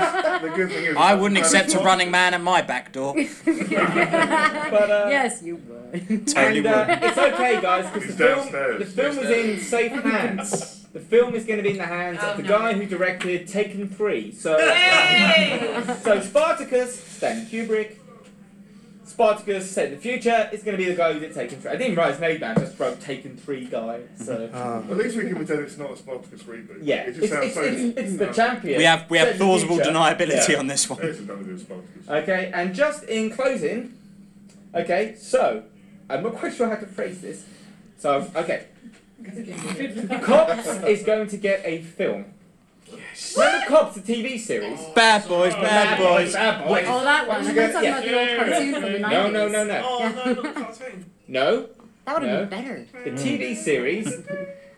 S3: <laughs>
S6: the good thing is,
S2: I wouldn't accept a
S6: Gladiator-
S2: running man at my back door.
S1: even- <laughs> but uh,
S3: yes, you would.
S1: and
S2: Totally would.
S1: uh, it's okay, guys, because
S6: He's
S1: the film
S6: downstairs.
S1: the film is in safe hands. The film is going to be in the hands
S5: Oh,
S1: of the
S5: no.
S1: guy who directed Taken Three. So.
S5: Hey!
S1: <laughs> So Spartacus, Stan Kubrick. Spartacus said the future is going to be the guy who did Taken 3. I didn't write his name down, I just wrote Taken 3 guy. So
S4: Oh.
S6: At least we can pretend it's not a Spartacus reboot.
S1: yeah,
S6: Ah. It just
S1: it's,
S6: sounds
S1: it's,
S6: so.
S1: it's, it's the
S6: No.
S1: champion.
S2: We have we have
S1: Says the
S2: plausible
S1: future.
S2: deniability
S1: Yeah.
S2: on this one.
S1: <laughs>
S6: It's nothing to do with Spartacus.
S1: Okay, and just in closing, okay, so I'm not quite sure how to phrase this. So okay, Cops is going to get a film. Yes. Remember Cops, the TV series.
S2: Bad boys, bad boys.
S1: Bad boys.
S3: Oh, that one. I'm not talking
S1: Yeah.
S3: about the old cartoon from the 90s.
S1: No, no, no, no,
S7: Oh, no, not the cartoon.
S1: no.
S3: That would have
S1: No.
S3: been better.
S2: Hmm.
S1: the TV series.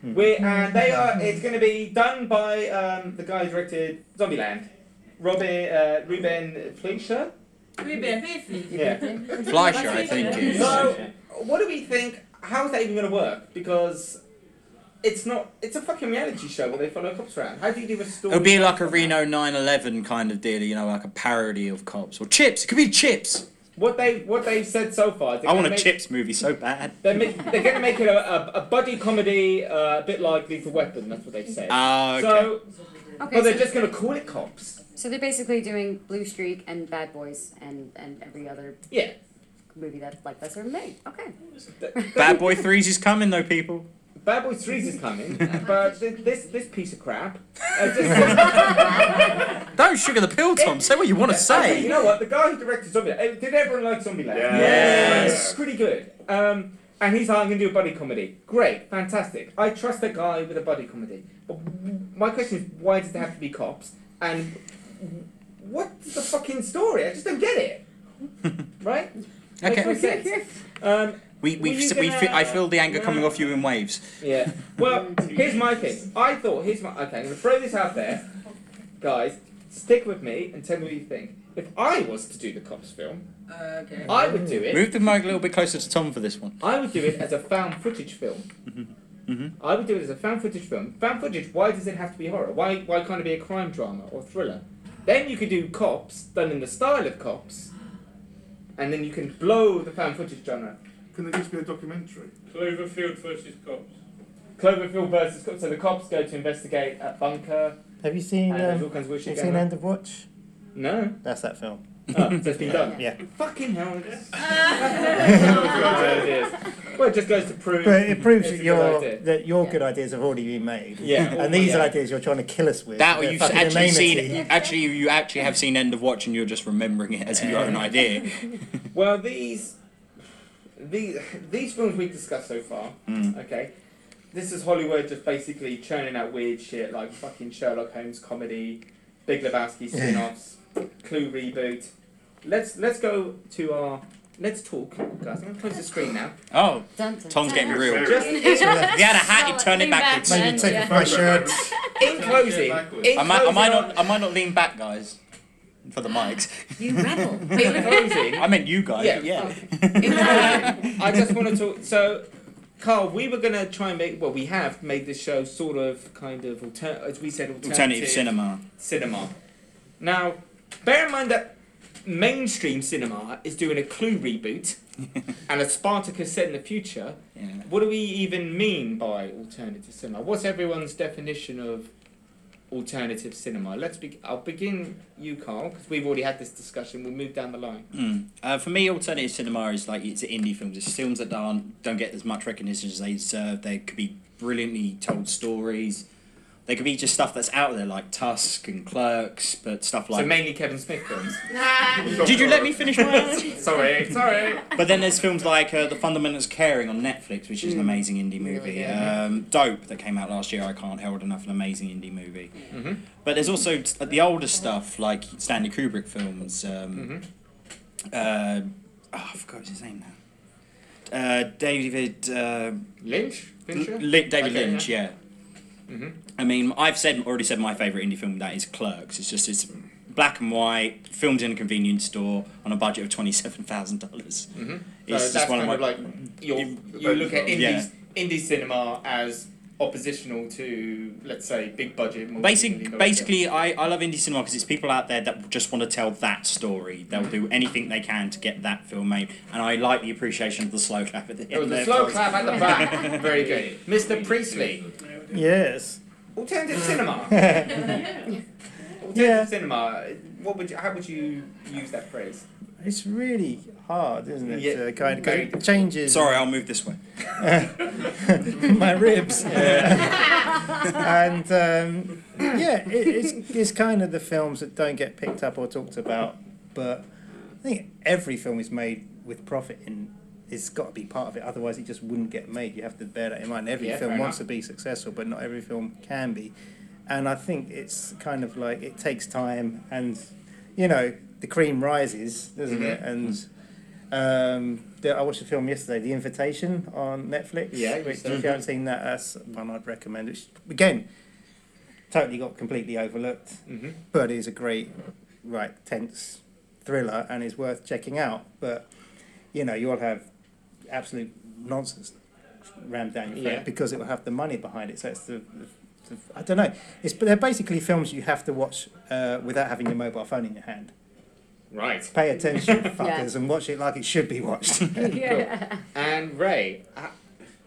S1: we and they are. It's going to be done by um, the guy who directed Zombieland, Robin uh, Ruben Fleischer.
S5: We've been busy.
S1: Yeah.
S2: Fleischer, I think is.
S1: So, what do we think? How is that even going to work? Because it's not. It's a fucking reality show where they follow cops around. How do you do a story?
S2: It'll be like a Reno 911 kind of deal, you know, like a parody of cops or chips. It could be chips.
S1: What they what they've said so far. is they're
S2: I want
S1: gonna
S2: a
S1: make-
S2: chips movie so bad.
S1: They're, ma- they're going to make it a, a, a buddy comedy, uh, a bit like Lethal Weapon. That's what they've said.
S2: Oh,
S1: <laughs>
S2: okay.
S1: So,
S3: Okay,
S1: but they're
S3: so,
S1: just going to call it cops.
S3: so they're basically doing Blue Streak and Bad Boys and, and every other
S1: Yeah.
S3: movie that's like that's ever made. Okay.
S2: Bad Boy Threes is coming though, people.
S1: Bad Boys 3 is coming, but th- this this piece of crap. uh, just-
S2: Don't sugar the pill, Tom. Say what you want to
S1: Actually, you
S2: say.
S1: know what? The guy who directed Zombieland. uh, Did everyone like Zombieland?
S6: Yes.
S2: Yes.
S1: It's pretty good. Um, and he's like, I'm going to do a buddy comedy. Great, fantastic. I trust the guy with a buddy comedy. But my question is, why does it have to be cops? And what's the fucking story? I just don't get it. right? Makes no
S2: Okay.
S1: sense. Um,
S2: We we,
S1: Were you
S2: we fe- I
S1: gonna-
S2: feel the anger coming off you in waves.
S1: yeah. Well, here's my thing. I thought, here's my. Okay, I'm going to throw this out there. Guys, stick with me and tell me what you think. If I was to do the Cops film,
S5: Okay.
S1: I would do it.
S2: Move the mic a little bit closer to Tom for this one.
S1: I would do it as a found footage film.
S2: Mhm.
S1: I would do it as a found footage film. Found footage. Why does it have to be horror? Why why can't it be a crime drama or thriller? Then you could do cops done in the style of cops, and then you can blow the found footage genre.
S6: Can it just be a documentary?
S8: Cloverfield versus cops.
S1: Cloverfield versus cops. So the cops go to investigate a bunker,
S4: Have you seen?
S1: and there's all
S4: Um,
S1: kinds of weird
S4: have you
S1: shit
S4: seen
S1: going on.
S4: End of Watch? <laughs>
S1: No,
S4: That's that film.
S1: oh, so it's been done.
S4: Yeah,
S1: Fucking hell.
S4: <laughs>
S1: it's-
S5: Uh,
S1: Well, it just goes to prove.
S4: but it proves
S1: It's a
S4: that
S1: good
S4: your
S1: idea.
S4: that your
S3: Yeah.
S4: good ideas have already been made.
S1: Yeah.
S4: <laughs> And these
S1: Yeah.
S4: ideas you're trying to kill us with.
S2: That or
S4: they're
S2: you've
S4: fucking
S2: actually
S4: inanity.
S2: seen actually you actually have seen End of Watch and you're just remembering it as your own idea.
S1: Well, these these these films we've discussed so far,
S2: Mm.
S1: okay. This is Hollywood just basically churning out weird shit like fucking Sherlock Holmes comedy, Big Lebowski spin-offs, Clue reboot. Let's let's go to our let's talk, guys. I'm gonna close the screen now.
S2: Oh,
S3: Dun, dun,
S2: Tom's
S3: dun.
S2: getting real.
S3: <laughs>
S1: Just
S2: If you had a hat, you'd turn it backwards.
S4: Maybe take
S3: Yeah.
S4: off my shirt.
S1: in closing, in
S2: I might, I
S1: closing
S2: might not, I might not lean back, guys, for the mics. <laughs>
S3: You rebel.
S1: in closing,
S2: I meant you guys.
S1: Yeah.
S2: but
S3: Oh.
S2: Yeah. <laughs>
S1: I just want to talk. So, Carl, we were going to try and make. Well, we have made this show sort of, kind of, alter, as we said, alternative,
S2: Alternative cinema.
S1: cinema. Now, bear in mind that mainstream cinema is doing a Clue
S2: <laughs>
S1: reboot and a Spartacus set in the future.
S2: Yeah.
S1: What do we even mean by alternative cinema? What's everyone's definition of alternative cinema? Let's be. I'll begin you, Carl, because we've already had this discussion. We'll move down the line.
S2: Mm. Uh, for me, alternative cinema is like it's indie films. It's films that aren't don't get as much recognition as they deserve. They could be brilliantly told stories. They could be just stuff that's out there, like Tusk and Clerks, but stuff like.
S1: so mainly Kevin Smith films.
S2: Did you let me finish
S1: <laughs>
S2: my answer?
S1: Sorry, sorry.
S2: But then there's films like uh, The Fundamentals of Caring on Netflix, which is an amazing indie
S3: Really
S2: movie.
S3: good.
S2: Um, Dope that came out last year. I can't herald enough an amazing indie movie.
S1: Mhm.
S2: But there's also t- uh, the older stuff like Stanley Kubrick films.
S1: Mm-hmm.
S2: Um, uh, oh, I forgot his name now. Uh, David uh,
S1: Lynch? Fincher?
S2: L- Li- David
S1: Okay,
S2: Lynch, yeah.
S1: Mhm.
S2: I mean, I've said already said my favorite indie film that is Clerks. It's just it's black and white, filmed in a convenience store on a budget of twenty seven thousand dollars.
S1: Mhm. So
S2: It's
S1: that's
S2: just one
S1: kind
S2: of
S1: of,
S2: my
S1: like your,
S2: You-
S1: you look at indie
S2: Yeah.
S1: indie cinema as oppositional to let's say big budget. multi- million
S2: Basic,
S1: dollar
S2: basically, I, I love indie cinema because it's people out there that just want to tell that story. They'll do anything they can to get that film made, and I like the appreciation of the slow clap at the end.
S1: films. Oh, the
S2: there,
S1: slow
S2: boys.
S1: clap at the back. Very good, Mr. Priestley.
S4: Yes. <laughs>
S1: Alternative
S2: <laughs>
S1: cinema. Alternative
S4: Yeah.
S1: cinema. What would you, how would you use that phrase?
S4: It's really hard, isn't it?
S1: Yeah,
S4: to kind of, 'cause
S1: very
S4: it
S2: <laughs>
S4: changes
S2: Sorry, I'll move this way.
S4: <laughs>
S2: <laughs>
S4: my ribs. and um, yeah, it, it's, it's kind of the films that don't get picked up or talked about. But I think every film is made with profit in. It's got to be part of it, otherwise it just wouldn't get made. You have to bear that in mind. Every
S1: Yeah,
S4: film
S1: fair
S4: wants
S1: enough.
S4: to be successful, but not every film can be. And I think it's kind of like it takes time, and you know the cream rises, doesn't
S1: Mm-hmm.
S4: it? And um, the, I watched a film yesterday, The Invitation, on Netflix.
S1: Yeah, you
S4: which
S1: said.
S4: if you haven't seen that, that's one I'd recommend. Which again, totally got completely overlooked,
S1: Mm-hmm.
S4: but is a great, right, tense thriller and is worth checking out. But you know, you'll have absolute nonsense rammed down your throat
S1: Yeah.
S4: because it will have the money behind it. So it's the, the, the I don't know. It's but they're basically films you have to watch uh, without having your mobile phone in your hand.
S1: Right.
S4: Pay
S1: <laughs>
S4: attention, fuckers, and watch it like it should be watched.
S3: yeah.
S1: And Ray, uh,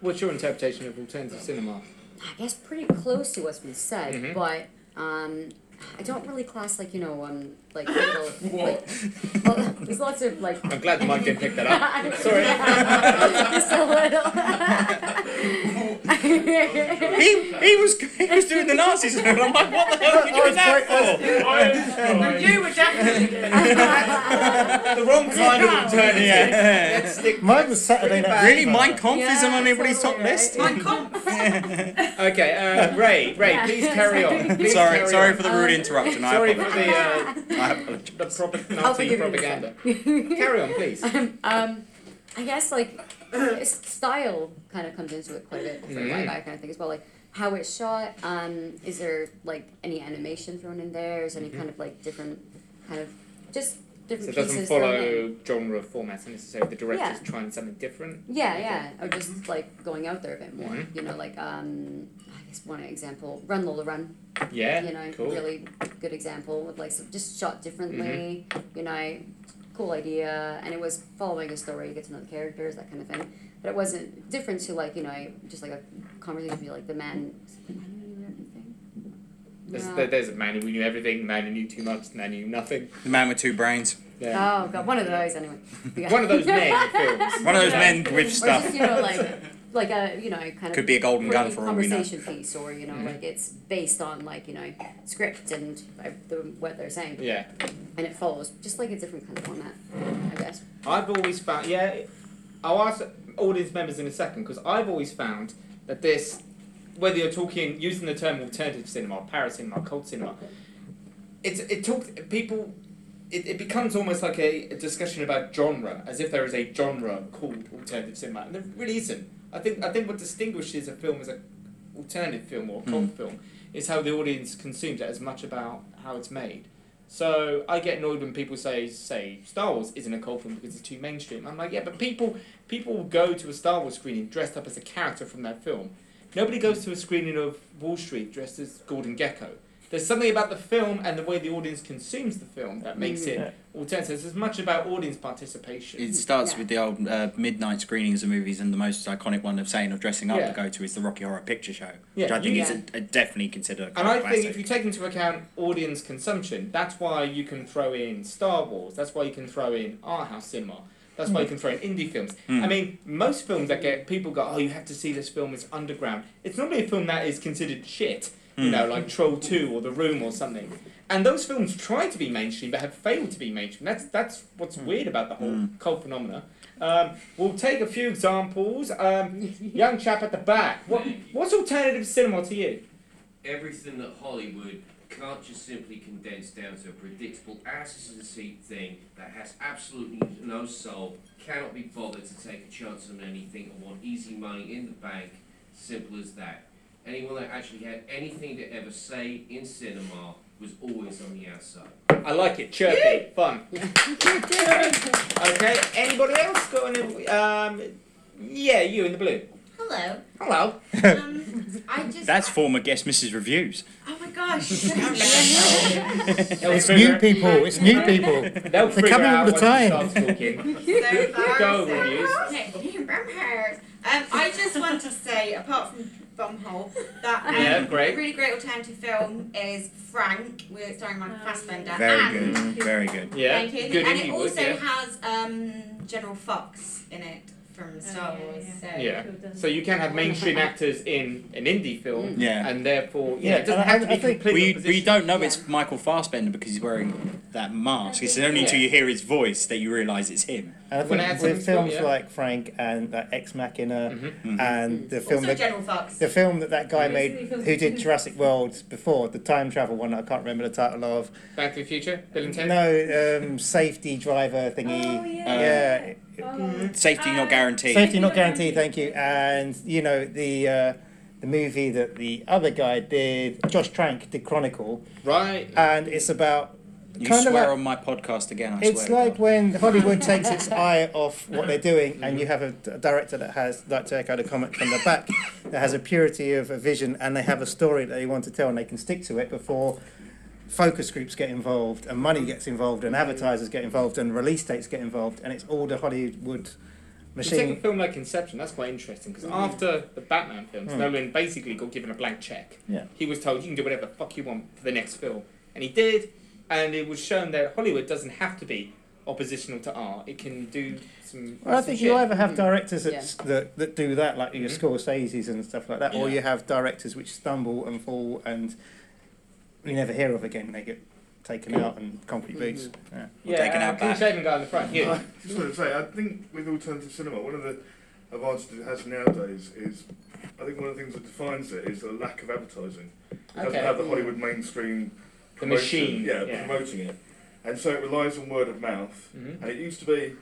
S1: what's your interpretation of alternative cinema?
S3: I guess pretty close to what's been said,
S1: Mhm.
S3: but um, I don't really class like you know um
S1: <laughs>
S3: like little, like well, there's lots of like
S1: I'm glad the mic didn't pick that
S2: <laughs>
S1: up. <laughs> Sorry.
S3: just a
S1: <laughs>
S3: <laughs> little.
S2: He, he was he was doing the Nazis, <laughs> and I'm like, what the hell are you doing that for?
S8: I am sorry.
S5: you were definitely
S1: the the wrong kind of alternative.
S2: Yeah.
S1: Let's stick.
S4: Mine was Saturday
S1: Bring it
S4: night.
S1: back.
S2: Really, Mein Kampf is on
S3: Yeah,
S2: anybody's
S3: totally
S2: top
S3: right.
S2: list?
S5: Mein
S2: <laughs>
S5: Kampf.
S1: Okay, uh, Ray, Ray,
S3: Yeah.
S1: please carry on. Please
S2: sorry,
S1: carry
S2: sorry
S1: on.
S2: for the rude
S3: Um,
S2: interruption. I
S1: sorry for
S2: apologize.
S1: the uh,
S2: I apologize.
S3: <laughs>
S1: the propa-
S3: I'll
S1: Nazi
S3: forgive you <laughs>
S1: propaganda.
S3: instead.
S1: Carry on,
S3: <laughs>
S1: please.
S3: um, um, I guess like uh, s- style kind of comes into it quite a bit for
S1: Mm.
S3: like that kind of thing as well. Like how it's shot. Um, is there like any animation thrown in there? Is there any kind of like different kind of just
S1: Mm-hmm. So
S3: different
S1: it doesn't
S3: pieces thrown in?
S1: follow genre formats necessarily. The director's
S3: Yeah.
S1: trying something different.
S3: Yeah, yeah, or
S1: Mm-hmm.
S3: just like going out there a bit more.
S1: Mhm.
S3: You know, like um, I guess one example, Run Lola Run.
S1: Yeah,
S3: you know,
S1: cool.
S3: really good example with like some, just shot differently.
S2: Mm-hmm.
S3: You know, cool idea, and it was following a story. You get to know the characters, that kind of thing. But it wasn't different to like you know just like a conversation with like the man. is it the man who knew everything?
S1: There's,
S3: No.
S1: there- there's a man who knew everything, a man who knew too much, and man who knew nothing.
S2: The man with two brains.
S1: Yeah.
S3: Oh god,
S2: <laughs>
S3: one of those anyway. Yeah.
S1: One of
S3: <laughs>
S1: those men films.
S2: One of those men with
S3: Or
S2: stuff.
S3: just you know like like a you know kind of
S2: Could be a golden gun
S3: brilliant
S2: for all we know. Mm-hmm.
S3: conversation piece or you know like it's based on like you know script and uh, the, what they're saying
S1: Yeah.
S3: and it follows just like a different kind of format, I guess.
S1: I've always found, yeah, I'll ask audience members in a second because I've always found that this, whether you're talking using the term alternative cinema, or para cinema, or cult cinema, it's it talks people. It, it becomes almost like a, a discussion about genre, as if there is a genre called alternative cinema, and there really isn't. I think I think what distinguishes a film as a alternative film or a cult film is how the audience consumes it, as much about how it's made. So I get annoyed when people say say Star Wars isn't a cult film because it's too mainstream. I'm like, yeah, but people people will go to a Star Wars screening dressed up as a character from that film. Nobody goes to a screening of Wall Street dressed as Gordon Gecko. There's something about the film and the way the audience consumes the film that makes it alternative. It's much about audience participation.
S2: It starts
S3: Yeah.
S2: with the old uh, midnight screenings of movies, and the most iconic one of saying of dressing up
S1: Yeah.
S2: to go to is the Rocky Horror Picture Show,
S1: Yeah,
S2: which I think
S3: you-
S2: is a, a definitely considered. A
S1: And I
S2: classic.
S1: think if you take into account audience consumption, that's why you can throw in Star Wars, that's why you can throw in art house cinema, that's why you can throw in indie films. I mean, most films that get people go, oh, you have to see this film, it's underground. It's normally a film that is considered shit, you know, like Troll 2 or The Room or something. And those films try to be mainstream but have failed to be mainstream. That's, that's what's weird about the whole cult phenomena. Um, we'll take a few examples. Um, young chap at the back, what, what's alternative cinema to you?
S9: everything that Hollywood can't just simply condense down to a predictable asses in the seat thing that has absolutely no soul, cannot be bothered to take a chance on anything or want easy money in the bank, simple as that. Anyone that actually had anything to ever say in cinema was always on the outside.
S1: I like it. Chirpy, <laughs> fun. Okay. Anybody else got any? Um, yeah, you in the blue.
S5: Hello.
S1: Hello.
S5: Um, I just.
S2: That's former guest Mrs. Reviews.
S5: Oh my gosh. <laughs>
S1: They'll
S4: It's new people. It's
S2: <laughs>
S4: new people.
S1: They'll figure
S4: coming all
S1: out
S4: the
S1: when to
S4: time.
S1: start talking.
S5: So flowers,
S1: Go,
S5: so
S1: reviews.
S5: roses, vampires. Um, I just want to say, apart from Bumhole, that
S1: <laughs>
S5: um,
S1: Yeah,
S5: a
S1: great.
S5: really great alternative film is Frank, with starring Michael
S10: Oh,
S5: Fassbender.
S2: Very
S5: and,
S2: good, very good.
S1: Yeah.
S5: Thank you.
S1: Good
S5: and
S1: indie
S5: it
S1: work,
S5: also
S1: yeah.
S5: has um, General Fox in it from Star
S10: Oh, yeah,
S5: Wars. So.
S1: Yeah. So you can have
S5: <laughs>
S1: mainstream actors in an indie film,
S2: Yeah.
S1: and therefore, yeah,
S4: Yeah,
S1: it doesn't
S4: and
S1: have
S4: I-
S1: to be
S4: I think-
S1: completely
S2: We, we
S1: opposition.
S2: don't know
S3: Yeah.
S2: it's Michael Fassbender because he's wearing that mask. It's only until
S1: Yeah.
S2: you hear his voice that you realise it's him.
S4: And I
S1: When I had
S4: think
S1: something
S4: with films
S1: strong, yeah.
S4: like Frank and that Ex Machina
S2: Mm-hmm.
S1: Mhm.
S4: and the film
S5: Also
S4: that
S5: General Fox.
S1: <laughs> Oh,
S4: the film that that guy
S10: Mhm.
S4: made who did Jurassic World before the time travel one I can't remember the title of
S1: Back to the Future, Bill and Ted.
S4: no um, safety driver thingy
S10: Oh,
S4: yeah,
S10: yeah.
S1: Uh,
S10: Oh.
S2: Safety
S10: Uh,
S2: not guaranteed.
S4: safety not guaranteed thank you and you know the uh, the movie that the other guy did Josh Trank did Chronicle
S1: Right.
S4: and it's about
S2: you
S4: kind of
S2: swear
S4: like-
S2: on my podcast again. I
S4: It's
S2: swear. to
S4: like
S2: God.
S4: when Hollywood
S2: <laughs>
S4: takes its eye off what they're doing, and you have a, d- a director that has like to echo the comment from the back, that has a purity of a vision, and they have a story that they want to tell, and they can stick to it before focus groups get involved, and money gets involved, and advertisers get involved, and release dates get involved, and it's all the Hollywood
S1: You take a
S4: machine. Mm-hmm.
S1: film like Inception, that's quite interesting because after the Batman films, Nolan basically got given a blank check.
S4: Mm. Yeah.
S1: He was told you can do whatever the fuck you want for the next film, and he did. And it was shown that Hollywood doesn't have to be oppositional to art; it can do some.
S4: Well, I
S1: some
S4: think
S1: shit.
S4: you either have
S3: Mhm.
S4: directors that,
S3: Yeah.
S4: s- that, that do that, like your
S1: Mhm.
S4: Scorsese's and stuff like that, or
S1: Yeah.
S4: you have directors which stumble and fall and you never hear of again. They get taken out and concrete boots.
S1: Mm-hmm.
S4: Yeah.
S1: Yeah,
S2: taken
S1: and
S2: out
S1: clean
S2: back.
S1: shaven guy in the front. You.
S6: I just want to say, I think with alternative cinema, one of the advantages it has nowadays is, I think one of the things that defines it is the lack of advertising. It doesn't
S1: Okay.
S6: have the Hollywood mainstream
S1: The
S6: promotion-
S1: machine,
S6: yeah,
S1: yeah.
S6: promoting it. And so it relies on word of mouth.
S1: Mhm.
S6: And it used to be,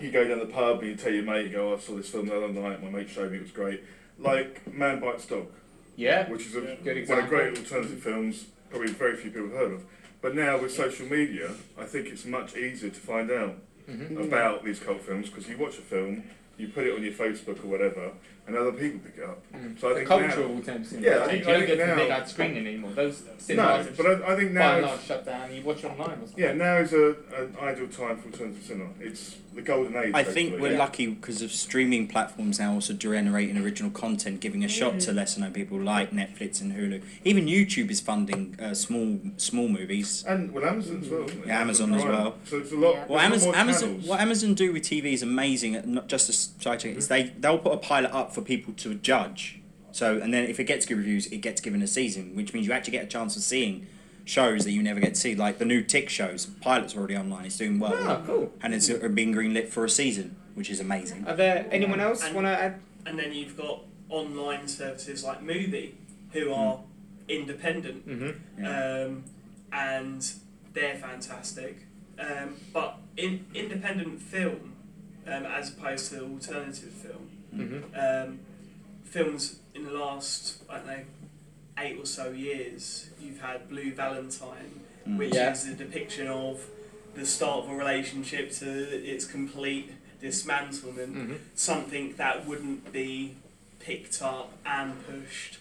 S6: you go down the pub and you tell your mate, you go, "Oh, I saw this film the other night, my mate showed me, it was great. Like Man Bites Dog,
S1: Yeah.
S6: which is a,
S8: Yeah.
S1: Good
S6: one of the
S1: example.
S6: great alternative films, probably very few people have heard of. But now with social media, I think it's much easier to find out
S2: Mm-hmm.
S6: about these cult films because you watch a film, you put it on your Facebook or whatever, and other people pick it up. So I
S1: Mm, the
S6: think
S1: cultural attempts in
S6: Yeah, I
S1: yeah,
S6: think-
S1: you
S6: I
S1: don't
S6: think
S1: go to
S6: now-
S1: midnight screening anymore. Those
S6: now,
S1: cinemas
S6: no,
S1: have
S6: but I, I think
S1: by
S6: now
S1: and
S6: it's-
S1: large shut down. You watch it online or something.
S6: Yeah, now is a, an ideal time for alternative cinema. It's the golden age.
S2: I think
S6: basically.
S2: we're
S6: Yeah.
S2: lucky because of streaming platforms now also generating original content, giving a shot to lesser known people like Netflix and Hulu. Even YouTube is funding uh, small small movies.
S6: And well, Amazon as well. isn't it?
S2: Yeah, Amazon as
S6: Prime.
S2: well.
S6: So it's a lot.
S3: Yeah.
S6: there's
S2: Well,
S6: a lot
S2: Amazon,
S6: more
S2: Amazon,
S6: channels. Mm-hmm.
S2: what Amazon do with TV is amazing. At not just a side check, is they they'll put a pilot up for people to judge. So and then if it gets good reviews, it gets given a season, which means you actually get a chance of seeing shows that you never get to see, like the new Tick shows. Pilots already online. It's doing well,
S6: Ah,
S1: Oh, cool.
S2: and it's uh, being greenlit for a season, which is amazing.
S1: Are there anyone else
S7: And-
S1: want to add?
S7: and then you've got online services like Movie, who are independent
S1: Mm-hmm.
S7: um, and they're fantastic. Um, but in independent film, um, as opposed to alternative film,
S1: Mm-hmm.
S7: um, films in the last I don't know eight or so years, you've had Blue Valentine,
S2: Mm.
S7: which
S1: Yeah.
S7: is a depiction of the start of a relationship to its complete dismantlement
S1: Mm-hmm.
S7: something that wouldn't be picked up and pushed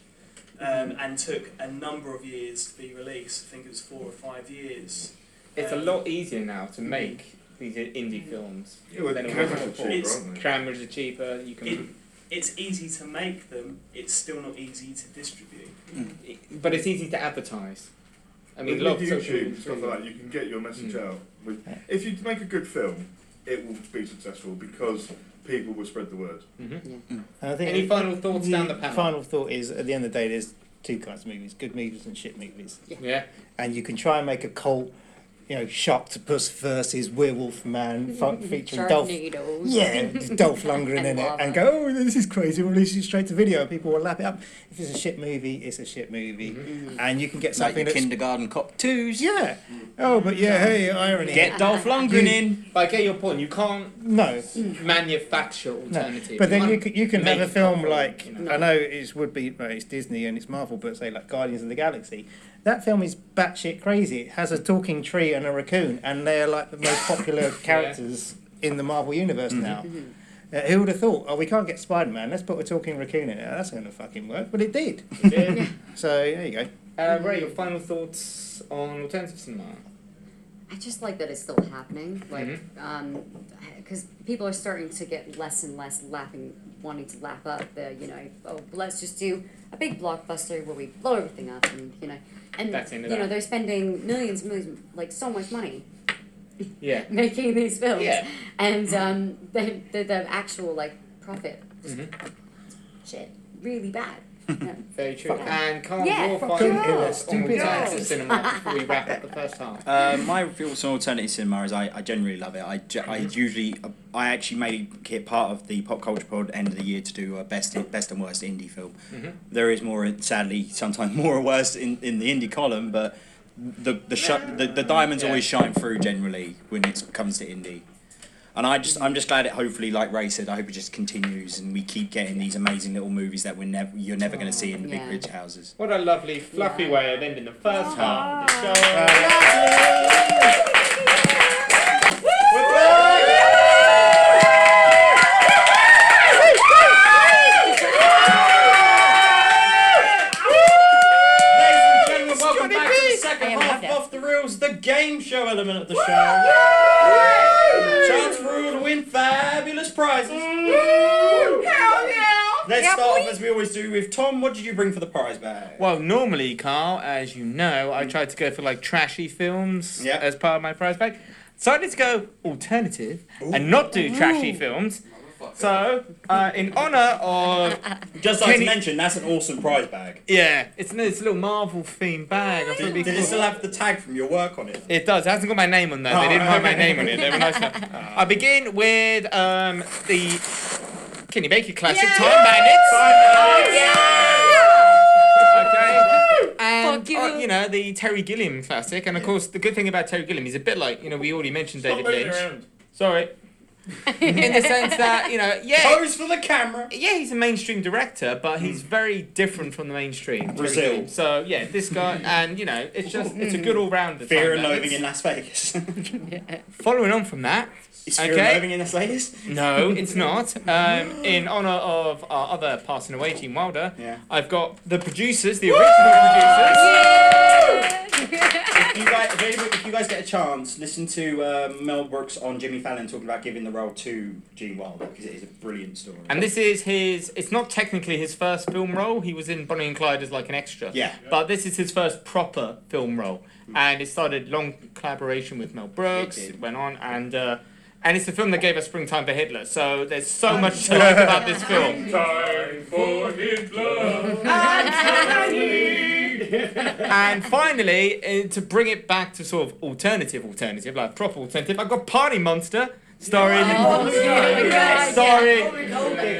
S7: um, and took a number of years to be released. I think it was four or five years.
S1: It's a
S7: Um,
S1: lot easier now to make these indie films.
S6: Yeah, well,
S1: than it
S6: cameras
S1: was
S6: are
S1: before.
S6: cheaper,
S7: It's-
S6: aren't they?
S1: Cameras are cheaper. You can.
S7: It- It's easy to make them, it's still not easy to distribute.
S1: it- but it's easy to advertise. I mean,
S6: with,
S1: lots
S6: with
S1: of social
S6: YouTube and
S1: media
S6: stuff like that, you can get your message
S1: Mm.
S6: out. With, if you make a good film, it will be successful because people will spread the word.
S1: Mhm.
S4: And I think
S1: Any final thoughts
S4: the
S1: down the panel?
S4: final thought is at the end of the day, there's two kinds of movies: good movies and shit movies.
S1: Yeah.
S4: and you can try and make a cult, you know, Shocktopus versus Werewolf
S1: Mm-hmm.
S4: Man fu- featuring Dolph.
S3: Sharknadoes.
S2: <laughs>
S3: <laughs>
S4: Yeah, just Dolph Lundgren
S3: Mm-hmm. And
S4: in it,
S3: lava.
S4: and go, oh, this is crazy. We'll release it straight to video, and people will lap it up. If it's a shit movie, it's a shit movie, and you can get
S2: Mm-hmm. Like
S4: something
S2: your
S4: that's
S2: kindergarten cop twos.
S4: <laughs> yeah. Oh, but yeah, hey, irony.
S2: Get Dolph Lundgren in.
S1: But I get your point. You can't <clears throat>
S4: no,
S1: manufacture alternatives.
S4: But then
S1: can't
S4: you can, you can
S1: make
S4: have a
S1: it
S4: film
S1: proper,
S4: like
S1: you know.
S4: I know it would be well, it's Disney and it's Marvel, but say like Guardians of the Galaxy. That film is batshit crazy. It has a talking tree and a raccoon, and they're like the most popular characters in the Marvel universe now. Uh, who would have thought? Oh, we can't get Spider Man. Let's put a talking raccoon in it. That's going to fucking work. But it did.
S1: <laughs> Yeah.
S4: So there you go.
S1: Uh, Ray, your final thoughts on alternative cinema?
S3: I just like that it's still happening, like,
S4: Mm-hmm.
S1: Mhm.
S3: um 'cause because people are starting to get less and less lapping, wanting to lap up the, you know, oh, let's just do a big blockbuster where we blow everything up, and you know, and
S1: That's the end
S3: you
S1: of
S3: know
S1: that.
S3: they're spending millions, and millions, like so much money <laughs>
S1: Yeah.
S3: making these films,
S1: Yeah.
S3: and
S4: Mm-hmm.
S3: um, the, the the actual like profit, just
S4: Mm-hmm.
S3: shit, really bad. Yeah.
S1: Very true. And Carl,
S3: Yeah,
S1: your
S3: fuck
S1: final
S4: yeah.
S1: thoughts on
S4: Stupid
S1: alternative
S4: ass.
S1: cinema before we wrap up the first half.
S2: Uh, my thoughts on alternative cinema is I, I generally love it. I, ge- I usually I actually made it part of the pop culture pod end of the year to do a best best and worst indie film.
S1: Mhm.
S2: There is more sadly sometimes <laughs> more or worse in, in the indie column, but the the sh- the, the diamonds
S1: Yeah.
S2: always shine through generally when it comes to indie. And I just I'm just glad it hopefully like Ray said I hope it just continues and we keep getting these amazing little movies that we're never you're never going to see in the
S3: Yeah.
S2: big ridge houses.
S1: What a lovely, fluffy
S3: Yeah.
S1: way of ending the first half of the show. We're back! Ladies and gentlemen, welcome back to the
S3: I
S1: second
S3: am
S1: half
S3: loved it.
S1: of the reels, the game show element of the show. Chance for you to win fabulous prizes. Let's start off as we always do with Tom. What did you bring for the prize bag? Well, normally, Carl, as you know, I try to go for like trashy films
S2: Yeah.
S1: as part of my prize bag. Decided to go alternative and not do trashy films.
S9: Fuck
S1: So, uh, in honour of
S2: Just like
S1: Can
S2: to
S1: you-
S2: mention, that's an awesome prize bag.
S1: yeah, it's this little Marvel themed bag. I think
S2: Did,
S1: it'd be
S2: did it
S1: cool.
S2: still have the tag from your work on it?
S1: It does. It hasn't got my name on there.
S2: Oh,
S1: they didn't write my
S2: okay.
S1: name on it. They were nice enough. I begin with um, the Kenny Baker classic,
S5: Yeah.
S1: Time Bandits. Okay. <laughs> And,
S3: Fuck you.
S1: uh, you know, the Terry Gilliam classic. And of course, the good thing about Terry Gilliam, he's a bit like, you know, we already mentioned
S8: Stop
S1: David
S8: moving
S1: Lynch.
S8: around.
S1: Sorry. <laughs> In the
S2: <laughs>
S1: sense that, you know, yeah.
S2: Pose for the camera.
S1: Yeah, he's a mainstream director, but he's very different from the mainstream. Terry
S2: Brazil.
S1: Gilliam. So yeah, this guy, and you know, it's just it's a good all rounder.
S2: Fear and loathing in Las Vegas. <laughs>
S1: Following on from that,
S2: Is Fear
S1: Okay.
S2: and Loathing in Las Vegas?
S1: No, it's not. Um, in honour of our other passing away, Gene Wilder,
S2: Yeah.
S1: I've got the producers, the original producers.
S2: If you guys, if anybody- if you guys get a chance, listen to uh, Mel Brooks on Jimmy Fallon talking about giving the role to Gene Wilder because it is a brilliant story.
S1: And this is his, it's not technically his first film role. He was in Bonnie and Clyde as like an extra.
S2: yeah, Hmm.
S1: But this is his first proper film role. And it started long collaboration with Mel Brooks.
S2: It
S1: It,
S2: did.
S1: went on and. Uh, and it's the film that gave us Springtime for Hitler, so there's so much to like about this film.
S8: Time for Hitler.
S1: And finally, uh, to bring it back to sort of alternative, alternative, like proper alternative, I've got Party Monster, starring
S5: Oh,
S1: starring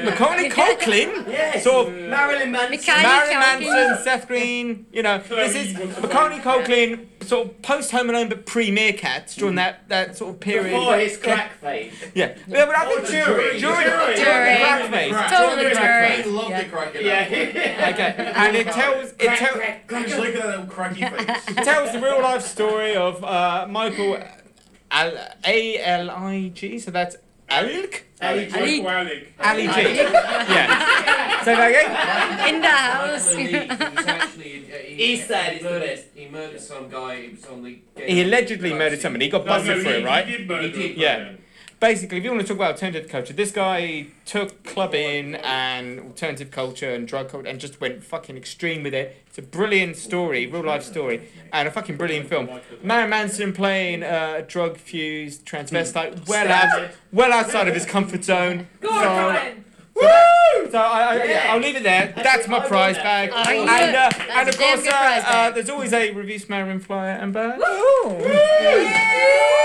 S1: Macaulay Culkin,
S2: Yes.
S1: sort of
S2: Marilyn Manson.
S3: Mikhail
S1: Marilyn
S3: Culkin.
S1: Manson, Seth Green. You know, this is Macaulay Culkin, sort of post Home Alone but pre Meerkats during that that sort of period.
S2: Before his crack phase.
S1: Yeah, yeah, but I think
S2: jury.
S1: jury, jury,
S2: Jury.
S3: Jury.
S1: crack phase.
S3: Totally
S9: I
S3: jury.
S9: love
S3: Yeah.
S9: the cracking
S1: <laughs> Okay, and it tells it tells.
S9: Just look at that little cracky face.
S1: It tells the real life story of uh, Michael Al- A L I G. So that's Alg
S8: Ali
S3: Ali.
S8: Alec.
S1: Ali G. Yeah. Say that again.
S3: In the house.
S9: East Side is the best. uh, He murdered some guy. It was on the.
S1: He allegedly murdered somebody. He got busted for it, right?
S8: He did murder
S9: He did.
S8: him.
S1: Yeah. Basically, if you want to talk about alternative culture, this guy took clubbing and alternative culture and drug culture and just went fucking extreme with it. It's a brilliant story, real life story, and a fucking brilliant film. Marilyn Manson playing uh, drug fused transvestite, well out, well outside of his comfort zone.
S5: Go
S1: So-
S5: on, Ryan.
S1: So I, I, yeah, I'll leave it there. That's my prize bag.
S3: Oh, yeah.
S1: and, uh, and
S3: a
S1: of
S3: damn
S1: course,
S3: good
S1: uh,
S3: prize
S1: uh,
S3: bag.
S1: there's always a review smattering flyer and bird. And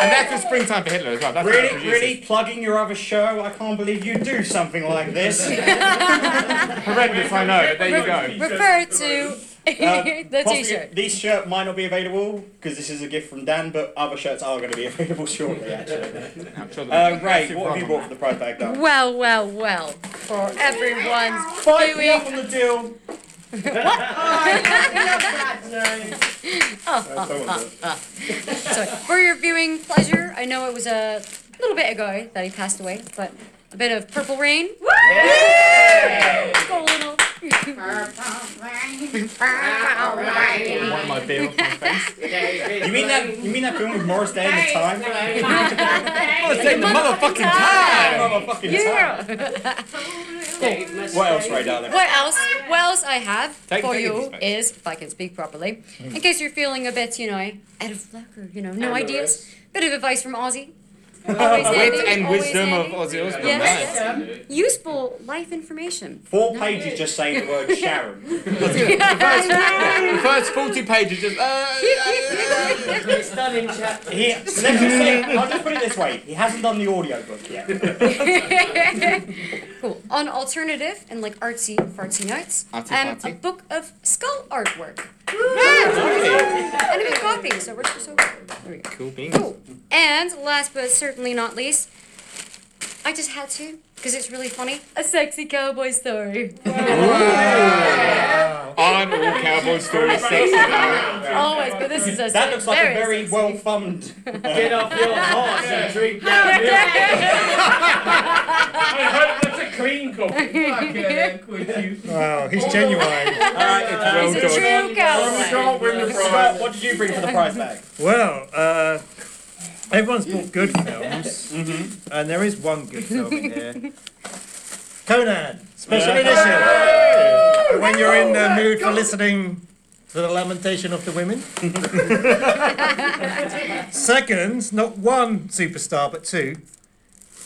S1: that's for springtime for Hitler as well. That's what
S2: Really,
S1: produces.
S2: really plugging your other show. I can't believe you do something
S1: <laughs>
S2: like this.
S1: horrendous, I know. But there you go.
S3: Refer to <laughs> the
S2: Uh, Possibly-
S3: t-shirt.
S2: This shirt might not be available because this is a gift from Dan, but other shirts are going to be <laughs> available shortly. Actually,
S1: I'm sure there'll be
S2: uh, Ray,
S1: massive
S2: what have you
S1: problem.
S2: brought for the prize bag? Dan?
S3: Well, well, well. For everyone's
S2: Five me
S3: doing
S2: up on the deal.
S3: <laughs>
S6: Uh, someone does.
S3: So, for your viewing pleasure, I know it was a little bit ago that he passed away, but a bit of Purple Rain. Woo! Go little. <laughs>
S1: One of my beer off my face.
S2: You mean that? You mean that film with Morris Day
S1: <laughs>
S2: and the time?
S1: Gotta take the motherfucking time.
S2: Motherfucking time.
S3: Yeah. <laughs>
S2: What else, Ray, darling?
S3: What else? What else I have
S1: Take-
S3: for
S1: take it
S3: you
S1: this way.
S3: is, if I can speak properly, in case you're feeling a bit, you know, out of luck or you know, no
S1: And the
S3: ideas. Bit of advice from Aussie. Always handy,
S1: Wit and
S3: always
S1: wisdom of
S3: handy.
S1: Ozzy Osbourne.
S3: Yes.
S1: Nice.
S3: Useful life
S1: <laughs>
S3: information.
S2: Four pages just saying the word Sharon.
S3: <laughs>
S1: The first 40 pages just. Uh, uh,
S9: Stunning chap.
S2: He, let's just say, I'll just put it this way: he hasn't done the audiobook yet.
S3: cool. On alternative and like artsy fartsy notes,
S1: Artsy
S3: um, a
S1: fartsy.
S3: book of skull artwork.
S1: uh.
S3: And a big copy, so we're so there we go.
S1: cool beans.
S3: Cool. And last but certainly not least, I just had to, because it's really funny, a sexy cowboy story.
S1: Aren't all cowboy stories sexy?
S3: Always, but this is a
S2: That looks like a very
S3: very
S2: well thumbed.
S9: Get off your horse and drink down your
S3: sexy-
S8: I hope that's a clean copy.
S4: Wow, he's genuine.
S2: uh,
S1: Well
S3: He's a
S1: done.
S3: true cowboy.
S8: Can't win the
S2: Scott,
S8: prize.
S2: what did you bring for the prize bag?
S4: Well, uh, everyone's bought good films, Mm-hmm. and there is one good film in here. Conan, special edition. But when you're in the mood for listening to the lamentation of the women. <laughs> Second, not one superstar, but two.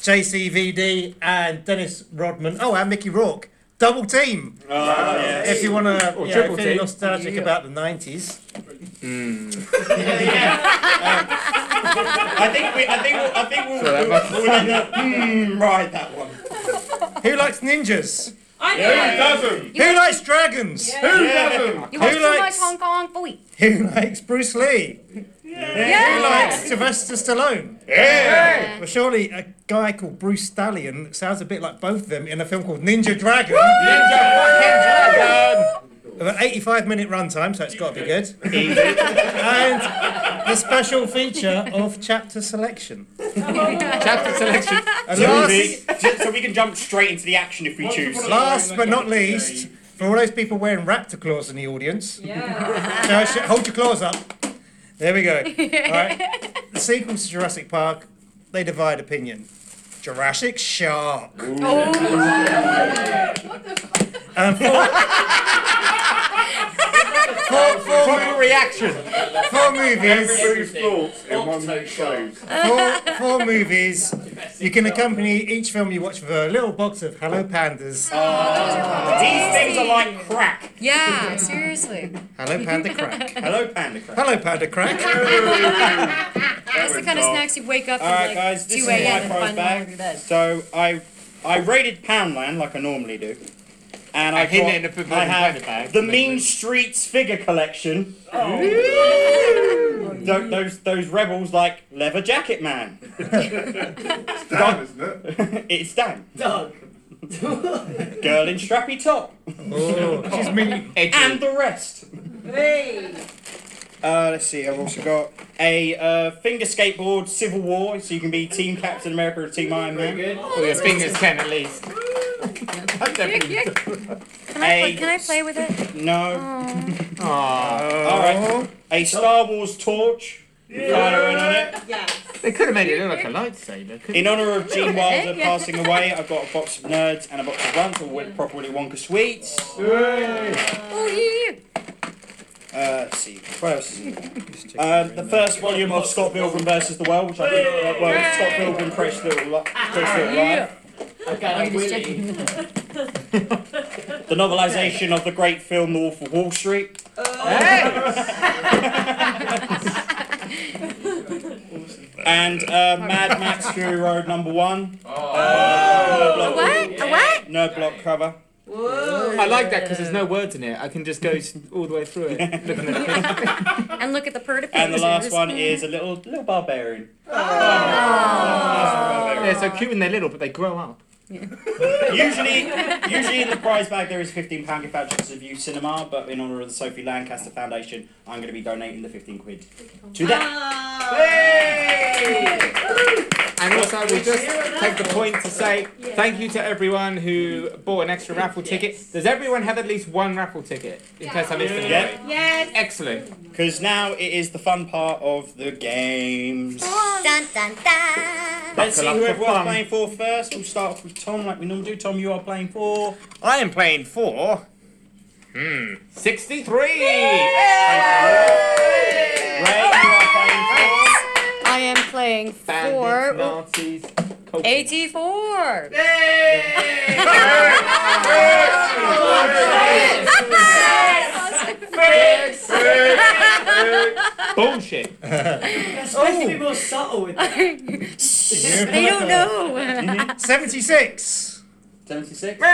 S4: JCVD and Dennis Rodman. Oh, and Mickey Rourke. Double team.
S2: Oh, yeah.
S4: If you want to,
S1: Ah, Or
S4: you know,
S1: triple
S4: feel
S1: team.
S4: nostalgic
S1: Yeah.
S4: about the nineties.
S2: I think we, I think we'll, I think we'll,
S1: So that must-
S2: we'll, we'll end up, hmm, right, that one.
S4: Who likes ninjas?
S5: I
S6: Who doesn't?
S4: Who likes dragons?
S6: Who
S3: Yeah.
S6: doesn't?
S3: You watch
S4: Who
S3: too
S4: likes-
S3: much Hong Kong fooey.
S4: Who likes Bruce Lee?
S3: Yeah.
S4: Who likes Sylvester Stallone?
S3: <laughs>
S4: Well, surely a guy called Bruce Stallion that sounds a bit like both of them in a film called Ninja Dragon. Ninja fucking Dragon! With an 85 minute runtime, so it's got to be good. and the special feature of chapter selection.
S1: Chapter selection.
S4: And
S2: So
S4: last,
S2: we, so we can jump straight into the action if we choose.
S4: last but not least, for all those people wearing raptor claws in the audience,
S5: Yeah.
S4: so I should- hold your claws up. There we go. All right. The sequels to Jurassic Park, they divide opinion. Jurassic Shark. And for, for,
S2: Proper
S4: for,
S2: reaction.
S4: for movies,
S6: Everybody's thoughts in one phrase.
S4: for, for movies, you can accompany each film you watch with a little box of Hello Pandas.
S2: These things are like crack.
S3: Yeah, seriously.
S4: Hello Panda Crack.
S2: Hello, Panda Crack.
S4: Hello
S1: <laughs>
S4: Panda Crack.
S3: That's the kind of snacks you wake up
S2: All
S3: from
S2: right,
S3: like
S2: guys, this
S3: 2
S2: is
S3: a.m.
S2: my
S3: and
S2: prize
S3: find
S2: bag.
S3: under your bed.
S2: So I, I rated Poundland like I normally do, and I
S1: I've hidden it in a
S2: got,
S1: big
S2: I
S1: bloody
S2: have
S1: panda bag.
S2: the Mean Streets figure collection. Tho- those those rebels like Leather Jacket Man. <laughs>
S6: It's damn, isn't it?
S2: it's Dan.
S7: Doug.
S2: Girl in strappy top.
S4: Oh, she's mean.
S2: And the rest.
S5: Hey.
S2: Uh, let's see. I've also got a uh, finger skateboard Civil War, so you can be Team Captain America or Team Iron Man.
S1: Well, your fingers ten at least.
S3: Yuck, yuck. Can, I play,
S2: Hey.
S3: can I play with it?
S2: No.
S3: Aw.
S2: All right. A Star Wars torch. with Kylo Ren on it.
S5: Yes.
S1: They could have made it look like a lightsaber. couldn't
S2: In honor of Gene Wilder
S3: Yeah.
S2: passing away, I've got a box of nerds and a box of runs, all with proper Willy Wonka sweets.
S3: Oh, yeah, yeah.
S2: Uh, let's see, what else is in there? Uh, the first volume of Scott Pilgrim versus the World, which I did, uh, well, Scott Pilgrim, Fresh Little, Li- Fresh Little Life.
S3: Oh, you're just checking.
S2: <laughs> The novelisation of the great film The Wolf of Wall Street. And uh, Mad Max Fury Road number one.
S3: A what? A what?
S2: Nerd block cover.
S5: Whoa.
S1: I like that because there's no words in it. I can just go s- all the way through
S2: <laughs>
S1: it. Looking at the
S3: <laughs> And look at the purr to
S2: And the last
S3: pictures.
S2: one is a little little barbarian.
S1: They're so cute when they're little, but they grow up.
S2: Usually, usually in the prize bag there is fifteen pound gift voucher to View Cinema, but in honour of the Sophie Lancaster Foundation, I'm going to be donating the fifteen quid to that.
S5: Oh.
S1: And also, I will just take the point to say thank you to everyone who bought an extra raffle ticket. Does everyone have at least one raffle ticket? In case I missed anybody.
S2: Yeah,
S5: Yes.
S1: Excellent.
S2: because now it is the fun part of the games.
S3: Dun, dun, dun.
S2: Let's see
S1: Buckle up
S2: who
S1: for
S2: everyone's
S1: fun.
S2: playing for first. We'll start off with Tom, like we normally do. Tom, you are playing for.
S1: I am playing for. Hmm. 63!
S2: Ray, you are playing for.
S3: I am playing
S1: Bandits,
S3: for
S1: Nazis, cocaine.
S3: 84. <laughs>
S1: Bullshit.
S7: It's supposed to
S2: Oh.
S7: be more subtle with that.
S3: <laughs> They don't know.
S4: 76.
S2: 76. All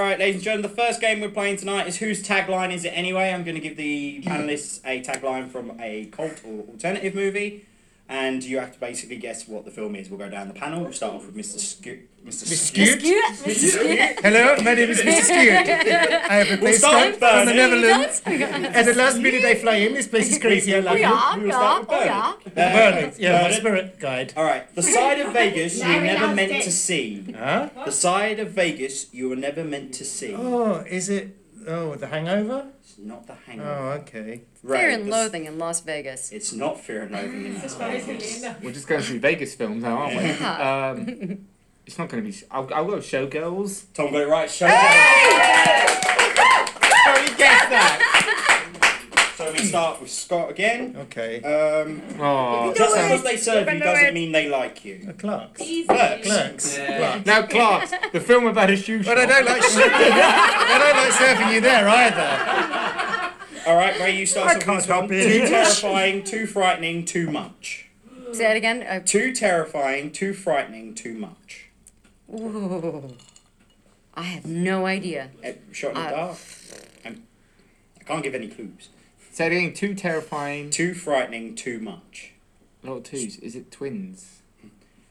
S2: right, ladies and gentlemen, the first game we're playing tonight is whose tagline is it anyway? I'm going to give
S4: <clears throat>
S2: the panelists a tagline from a cult or alternative movie, and you have to basically guess what the film is. We'll go down the panel. We'll start off with Mr. Scoot. Mr. <laughs> Scoot.
S4: Skewed.
S3: <laughs>
S4: Hello, my name is Mr. Skewed. I have replaced
S2: start with
S4: Scott from the
S2: Bernie.
S4: Netherlands. At the last minute I fly in, this place is crazy, I love you.
S2: We will start with Bernie.
S4: Bernie, yeah, my
S2: Bernie.
S4: spirit guide.
S2: Uh, All right, the side
S3: <laughs>
S2: of Vegas you were
S5: Larry
S2: never
S5: loves
S2: meant to
S5: this.
S2: see.
S4: Huh?
S2: The side of Vegas you were never meant to see.
S4: Oh, is it, oh, The Hangover?
S2: It's not the
S4: Oh,
S2: hangover.
S4: okay.
S2: Ray,
S3: Fear and
S2: the-
S3: loathing in Las Vegas.
S2: It's not Fear and Loathing. in Las Vegas.
S1: We're just going through Vegas films now, aren't we? Um, it's not going to be. I'll, I'll go Showgirls.
S2: Tom got it right. Show
S1: How you guess Oh, that?
S2: So So we start with Scott again.
S10: Okay.
S2: Um,
S1: Uh,
S4: Oh.
S2: just because they serve you doesn't mean they like you.
S10: Clarks.
S5: Easy.
S10: Clarks. Clarks.
S2: Yeah.
S10: Clarks.
S4: Now, Clark, the film about a shoe
S10: But I don't
S2: <laughs>
S10: like sh- I don't like serving you there either.
S2: All right, Ray, you start.
S10: I
S2: off with
S10: can't
S2: this one.
S10: help it.
S2: Too terrifying, too frightening, too much.
S3: Say that again. Uh,
S2: Too terrifying, too frightening, too much.
S3: ooh. I have no idea.
S2: Uh, Shot in the
S3: Uh,
S2: dark. I'm, I can't give any clues.
S1: So they're getting too terrifying.
S2: Too frightening, too much.
S1: A lot of twos. Is it twins?
S2: It-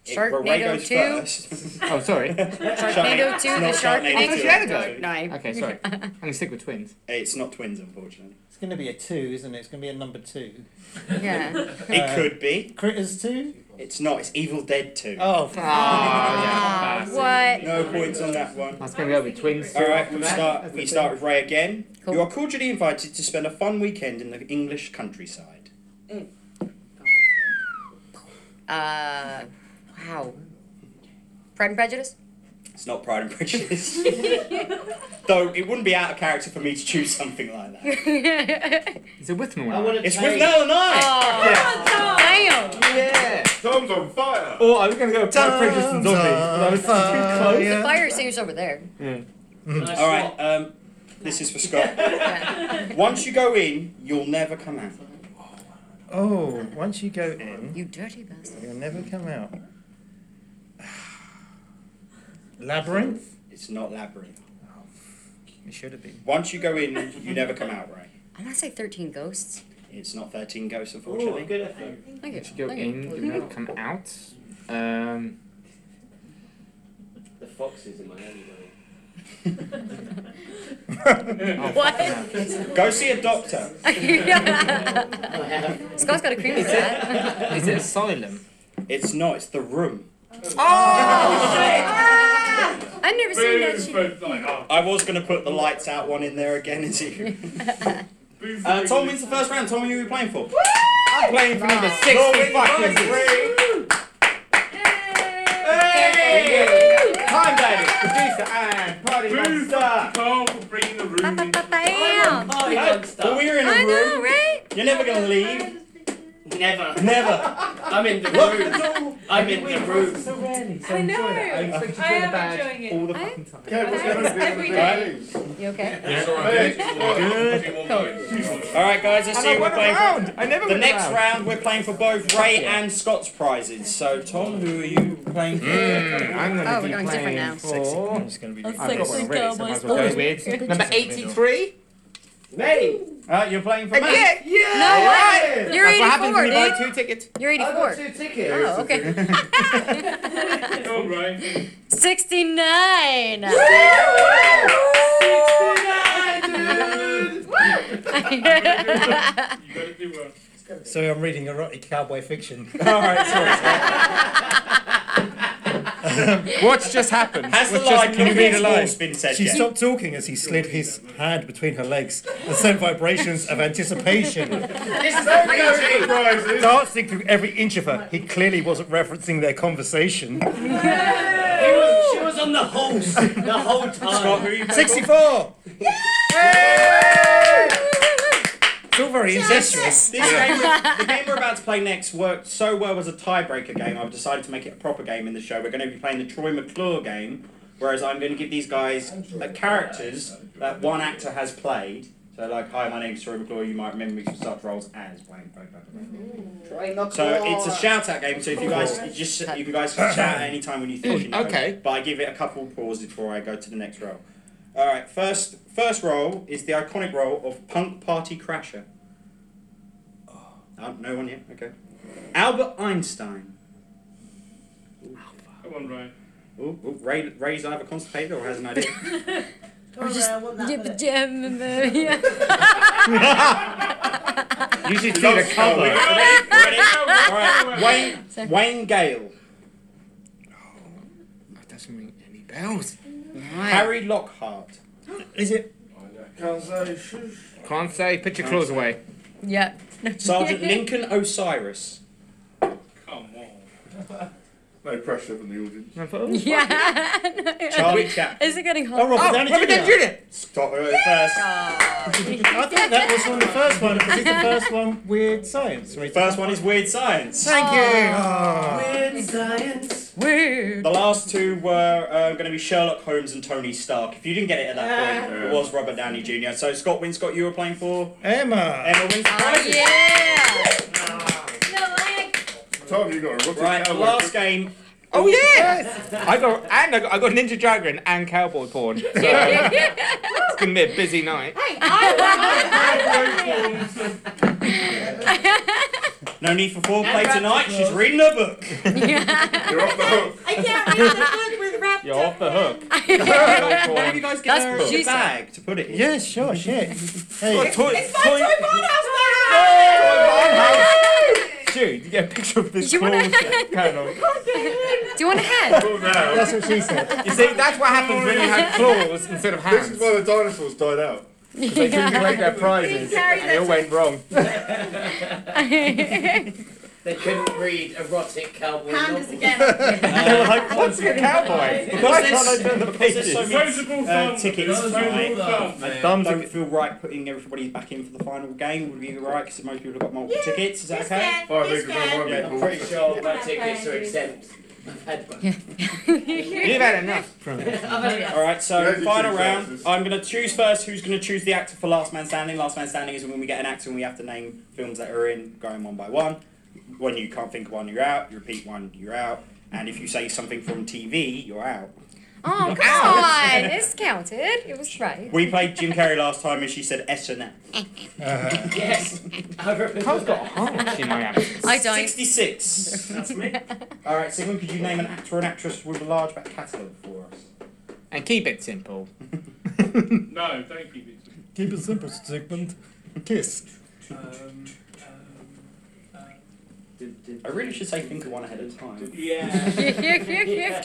S3: Sharknado
S2: Ray goes
S3: 2?
S2: first. <laughs>
S1: Oh, sorry.
S3: Sharknado 2, the
S2: Not
S3: shark
S2: Sharknado
S3: next
S2: two.
S3: door.
S1: Sharknado.
S3: No.
S1: Okay, sorry. I'm going to stick with twins.
S2: It's not twins, unfortunately.
S4: It's going to be a two, isn't it? It's going to be a number two.
S3: <laughs> Yeah.
S2: it could be.
S4: Critters two.
S2: It's not. It's Evil Dead 2.
S4: Oh, f-
S3: Ah, <laughs> what?
S2: No points on that one.
S1: I was going to go with twins.
S2: All right, we'll start.
S4: That's
S2: We
S4: the
S2: start with Ray again.
S3: Cool.
S2: You are cordially invited to spend a fun weekend in the English countryside.
S3: Uh, wow. Pride and Prejudice? <laughs>
S2: It's not Pride and Prejudice, though. It wouldn't be out of character for me to choose something like that.
S1: Is it with
S8: I
S1: one?
S8: want to
S2: It's with Nell and I.
S3: Oh, damn!
S8: Yeah.
S6: Tom's on fire!
S1: Oh, I was going to go with Pride, Prejudice and Zombies, but I was too close.
S3: The fire extinguisher's over there.
S8: Nice
S2: All right, um, this is for Scott.
S3: Yeah.
S2: Once you go in, you'll never come out.
S10: Oh, once you go in,
S3: You dirty bastard.
S10: you'll never come out. Labyrinth?
S2: It's not labyrinth.
S10: It should have been.
S2: Once you go in, you never come out, Ray.
S3: I'm gonna say 13 ghosts.
S2: It's not thirteen ghosts,
S8: Ooh,
S2: unfortunately.
S8: good effort.
S3: Thank you.
S1: Once you go
S3: Thank
S1: in, you never
S3: <laughs>
S1: come out. <laughs> Um,
S9: The foxes in my alleyway.
S3: What?
S1: oh,
S2: Go see a doctor.
S3: <laughs> Scott's got a creepy cat.
S1: is it Asylum?
S2: It's not. It's the room.
S3: Oh, Ah! I've never seen that
S6: Booze,
S3: shit.
S6: but like, oh,
S2: I was gonna put the lights out one in there again. Is you?
S6: booze
S2: Uh,
S6: is
S2: Tom
S6: really-
S2: wins the first round. Tom, who are you playing for?
S1: I'm playing for number
S2: Norway
S1: 65.
S2: by three.
S1: Hey! Time Daddy, producer and party
S6: Booze,
S1: master.
S6: Tom for bringing the room in.
S3: Ba-ba-ba-bam.
S9: Oh,
S8: Party
S2: But
S8: monster.
S2: we're in a
S3: I know,
S2: room.
S3: right?
S2: You're never gonna leave.
S8: Never.
S2: Never.
S8: I'm in the
S2: Lock the
S8: room.
S2: door.
S8: I'm in the room.
S1: So rarely, so
S11: I know.
S1: enjoy that. I expect you
S11: I
S1: to be in the
S11: am
S1: bag
S11: enjoying it.
S1: all the
S3: I-
S1: fucking time.
S6: Yeah, what's going on?
S11: Every
S2: day.
S3: You okay?
S9: It's all right,
S2: Good.
S9: it's all right. It's all right.
S2: All right, guys. Let's
S1: And
S2: see
S1: I
S2: who we're
S1: went
S2: playing for.
S1: around. I never
S2: The
S1: went
S2: next
S1: around.
S2: round, we're playing for both Ray and Scott's prizes. So, Tom, who are you playing for?
S1: I'm gonna be
S3: Oh, we're going different
S1: playing
S3: now.
S1: for-
S10: It's going to be.
S1: I've got one already, so I might as well go with number
S4: Pictures in the middle.
S1: 83.
S8: Hey.
S2: Uh, you're playing for Matt.
S1: yeah.
S3: No way! You're
S1: That's what happens when
S3: 84,
S1: you buy
S3: dude.
S1: two tickets.
S3: You're 84.
S1: two tickets.
S3: Oh, okay.
S6: All right.
S3: <laughs> 69.
S6: You gotta do uh, well.
S10: So I'm reading erotic cowboy fiction.
S2: <laughs> All right,
S10: <laughs>
S2: sorry.
S1: What's just happened?
S2: Has the
S10: We're just
S2: lie
S10: gonna read
S2: convinced
S10: a lie.
S2: horse been said
S10: She
S2: yet?
S10: stopped talking as he slid his hand between her legs and sent vibrations of anticipation
S6: Prizes.
S10: dancing through every inch of her. He clearly wasn't referencing their conversation.
S8: She was, she was on the horse the whole
S2: Scott,
S8: time.
S2: who are you playing
S10: 64! It's all very incestuous.
S2: This game, we're- the game we're about to play next worked so well as a tiebreaker game. I've decided to make it a proper game in the show. We're going to be playing the Troy McClure game, whereas I'm going to give these guys uh, characters that one actor has played. So, like, hi, my name's Troy McClure. You might remember me from such roles as blank, blank, blank, blank. So it's a shout out game. So if you guys you just you guys can shout at any time when you think you know.
S1: Okay.
S2: But I give it a couple pauses before I go to the next role. All right. First first role is the iconic role of punk party crasher. Oh, no one yet. Okay. Albert Einstein.
S6: Come on, Ryan.
S2: Ooh, ooh, Ray, Ray's either constipated or has an
S6: <laughs>
S2: idea.
S3: Jibba jabba, <laughs> yeah.
S1: <laughs> You should see
S2: Love
S1: the
S2: Scott.
S1: cover.
S2: Ready? Ready? All right. Wayne
S3: Sorry.
S2: Wayne Gale,
S1: That doesn't ring any bells.
S2: Harry Lockhart.
S10: <gasps> Is it?
S6: Can't say shh.
S1: Can't say. Put your claws away.
S3: <laughs> Yeah.
S10: <laughs>
S2: Sergeant Lincoln Osiris.
S6: Come on. No pressure from the audience.
S3: <laughs> Yeah. No,
S6: Charlie
S3: I-
S6: Chaplin.
S3: Is it getting hot?
S6: Oh, Robert Downey
S10: Robert Downey Jr.
S6: Stop it.
S10: First.
S4: I think that was one of the first one because it's the first one weird science.
S2: The first one is Weird Science.
S10: Thank you.
S2: Weird Science. Weird. The last two were uh, going to be Sherlock Holmes and Tony Stark. If you didn't get it at that point, it was Robert Downey Jr. So Scott Winscott, you were playing for
S4: Emma.
S2: Emma Winscott.
S3: Oh, yeah. No, I
S6: Tom, you got a rookie
S2: Right,
S6: cowboy.
S2: last game.
S1: Oh yeah! I got and I got, I got Ninja Dragon and cowboy porn.
S3: Oh,
S1: So it's gonna be a busy night.
S5: Hey, I
S2: No need for foreplay tonight. She's reading her book.
S6: You're off the hook. <laughs>
S5: I can't read the book with wrapped
S1: You're
S5: up
S1: off the hook.
S3: like.
S1: Cowboy porn.
S2: you guys
S3: give That's her a what she said.
S2: bag to put it in?
S4: Yeah, sure, shit.
S1: Oh,
S4: Hey,
S1: toy-
S5: It's my
S1: toy-
S5: toy
S1: Toy
S5: barn
S1: Barnhouse.
S5: house.
S1: Dude, you get a picture of this
S3: You wanna-
S1: claws there, Colonel.
S3: Do you want a
S6: <laughs>
S3: hand?
S6: Cool now.
S4: that's what she said.
S1: You see, that's what happens when you have claws instead of
S6: This
S1: hands.
S6: is why the dinosaurs died out.
S1: They didn't
S3: Yeah.
S1: make their prizes.
S5: carry
S1: and It all went wrong.
S9: They couldn't read erotic cowboy novels.
S5: Pandas again.
S1: they were like, what's a cowboy? Why
S2: there's-
S1: can't I turn the
S2: Because there's
S1: pages?
S2: so
S8: Disposable
S2: many uh,
S8: thumbs.
S2: tickets tonight.
S8: Disposable thumbs.
S2: I
S10: Äh,
S1: Thumbs
S2: don't feel right putting everybody's back in for the final game. Would be right because most people have got multiple
S5: Yeah,
S2: tickets. Is that
S5: This
S2: okay?
S5: guy,
S6: Five
S5: this
S6: acres on
S5: guy.
S6: one
S2: Yeah, I'm
S6: people.
S2: pretty
S9: sure
S5: my tickets are
S9: exempt. I've had <laughs> one.
S1: You've had enough.
S2: All right, so
S6: Yeah, you
S2: final
S6: choose
S2: round.
S6: first.
S2: I'm gonna choose first. Who's gonna choose the actor for Last Man Standing? Last Man Standing is when we get an actor and we have to name films that are in, going one by one. When you can't think of one, you're out. You repeat one, you're out. And if you say something from TV, you're out.
S3: Oh, come on. It's counted. It was right.
S2: We played Jim Carrey last time, and she said SNL.
S10: Äh,
S9: Yes, I remember
S1: Cole's got
S9: that.
S1: heart in my absence.
S3: I don't.
S2: Sixty-six.
S7: That's
S3: <laughs>
S7: me.
S2: All right, Sigmund, could you name an actor or an actress with a large back catalogue for us?
S1: And keep it simple.
S8: No, don't keep it.
S4: Keep it simple, Sigmund. Kiss.
S7: Um, um, uh,
S2: I really should say think of one ahead of
S6: <laughs>
S2: time.
S7: yeah.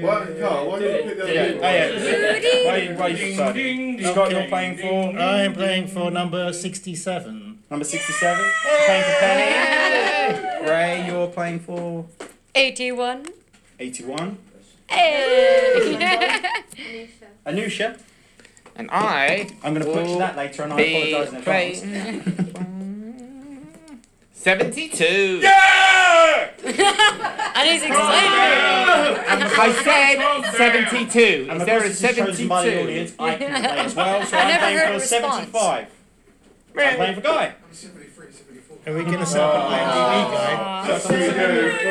S6: Why, Carl, why did you pick the other
S2: Yeah.
S6: people?
S2: Oh, yeah. Why, why you
S8: Ding,
S2: decided?
S8: ding, ding,
S2: Scott, you're
S8: ding,
S2: playing
S8: ding,
S2: for?
S8: ding,
S4: I am
S8: ding,
S4: playing
S8: ding,
S4: for
S8: ding.
S4: number 67.
S2: Number 67? Playing for Penny. Ray, you're playing for
S3: 81.
S2: 81.
S3: <laughs> Hey.
S2: Anusha,
S1: And I
S2: I'm going to put
S1: Will
S2: that later and I
S1: be
S2: apologise in advance.
S1: playing. 72.
S8: Yeah!
S3: And he's excited.
S1: I
S8: Calm
S1: said
S8: down.
S1: 72.
S2: And
S3: <laughs>
S1: Is there a
S2: because this is chosen by the
S1: 72?
S2: audience, I can play as well, so
S3: I
S2: I'm
S3: never
S2: playing
S3: heard
S2: for
S3: a response.
S2: 75. I'm playing for Guy.
S4: Are we going to set up an IMDb guy?
S6: That's what we do. Ah.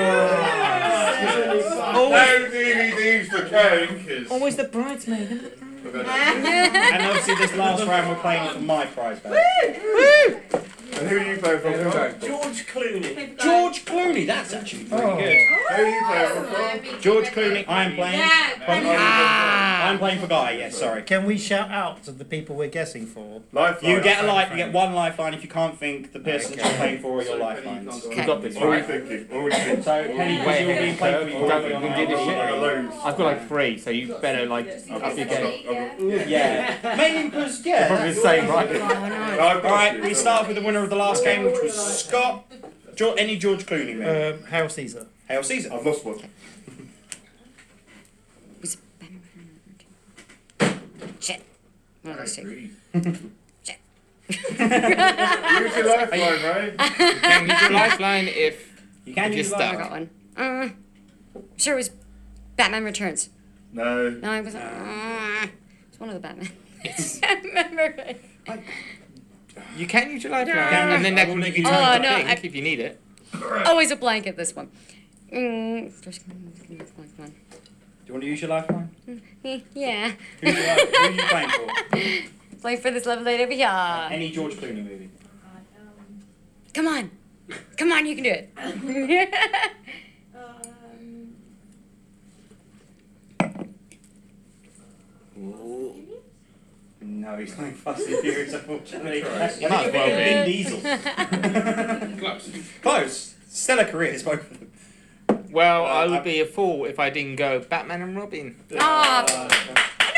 S2: Oh.
S6: No DVDs for cakers.
S1: Always the bridesmaid.
S2: And obviously this last round we're playing for my prize bag.
S6: And who are you playing for, Carl?
S7: George Clooney.
S2: George Clooney, that's actually pretty
S10: Oh.
S2: good.
S6: Who are you playing for, Carl?
S2: George Clooney, I am playing.
S5: Yeah,
S2: I'm playing for Guy, yes, sorry.
S4: Can we shout out to the people we're guessing for?
S6: Lifeline.
S2: You get a life, you get one lifeline if you can't think the person you're playing for or your lifelines.
S1: You got this,
S6: What are we
S1: right?
S6: thinking? What are we thinking?
S2: So Penny, because
S1: Wait,
S2: you'll be
S1: hang
S2: playing
S1: on,
S2: for
S1: we
S2: your
S1: don't-
S2: guy on
S1: we
S2: our
S1: did this
S2: team.
S1: shit.
S6: I lose.
S1: I've got like three, so you better like up your game.
S2: Yeah. Mainly because,
S1: Probably
S2: yeah.
S1: the same, right?
S2: Alright, we start with the winner of the last game, which was Scott. George, any George Clooney
S1: Uh,
S2: man.
S4: Um, Hail Caesar.
S10: Oh,
S2: Hail Caesar.
S6: I've lost one.
S3: Shit. One of those two.
S1: <laughs>
S2: <laughs>
S6: Use your lifeline, right?
S1: Can you do lifeline if
S2: You can
S1: If
S2: use
S1: you're
S3: <laughs> I
S2: that.
S3: got one. Uh, sure, it was Batman Returns.
S6: No.
S3: No, it wasn't. Uh, it's one of the Batman. <laughs> I remember it.
S1: you can use your lifeline,
S3: Yeah.
S1: and then that will make you
S3: Oh,
S1: turn
S3: no,
S1: pink
S3: I-
S1: if you need it.
S3: Always a blanket, this one. Mm, first one, second one, second one.
S2: Do you want to use your lifeline?
S3: Eh, Yeah.
S2: Who you are who are you playing for?
S3: Play for this lovely lady over here.
S2: Any George Clooney movie.
S3: Come on. Come on, you can do it.
S2: No, he's playing Fast and Furious,
S1: <laughs>
S2: unfortunately.
S1: Might as well be.
S2: Vin
S3: <laughs>
S2: Diesel. <laughs>
S8: Close.
S2: Close. Stellar careers, both of them.
S1: Well,
S2: Uh,
S1: I would
S2: I-
S1: be a fool if I didn't go Batman and Robin.
S3: Ah.
S2: Uh,
S3: I know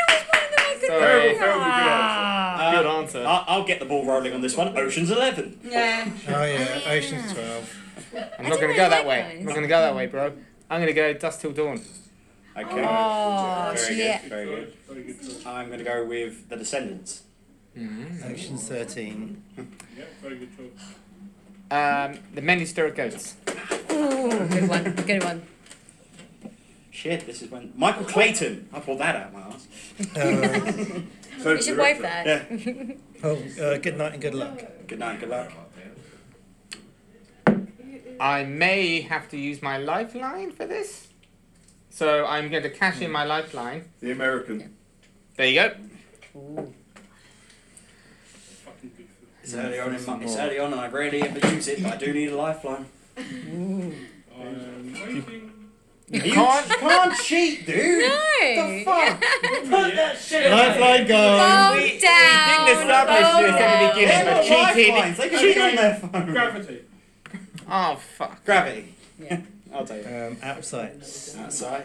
S3: it's one of the most
S5: at
S1: Terrible
S5: that.
S1: film, good answer. Good answer.
S2: Uh, I- I'll get the ball rolling on this one. Ocean's Eleven.
S5: Yeah.
S10: Oh yeah, Ocean's Twelve.
S1: I'm not
S3: I do
S1: going to
S3: really
S1: go that
S3: like
S1: way. I'm
S3: those.
S1: not going to go that way, bro. I'm going to go Dust Till Dawn.
S2: Okay.
S3: Oh,
S2: Very
S3: shit.
S2: good. Very good.
S8: Very good choice.
S2: I'm gonna go with The Descendants.
S10: Ocean's Thirteen.
S8: Yeah, very good choice.
S1: Um, the Many Stirred Goats.
S3: Ooh, good one. Good one.
S2: Shit, this is when Michael Clayton. I pulled that out of my ass.
S10: Uh,
S6: So
S3: You should wipe
S6: director.
S3: that.
S2: Yeah.
S10: <laughs> oh, uh, good night and good luck.
S2: Good night. Good luck.
S1: I may have to use my lifeline for this. So I'm going to cash in my lifeline.
S6: The American.
S1: There you go.
S3: Ooh.
S8: Fucking good film.
S2: It's early on. In my, it's early on, and I rarely ever use it, but I do need a <laughs> lifeline.
S8: I am waiting.
S1: You can't.
S2: You Um, can't cheat, dude.
S3: No.
S2: fuck?
S8: Put that shit
S10: Lifeline
S2: Oh,
S3: Calm
S10: gone.
S3: down.
S1: We didn't establish this
S3: Calm
S1: at the
S2: They're
S1: beginning, but
S2: not
S1: cheating.
S2: lifelines, They can be on their phone.
S8: Gravity.
S1: Oh, fuck.
S2: Gravity.
S3: Yeah.
S2: <laughs> I'll take it.
S10: Um, out of sight.
S2: Outside.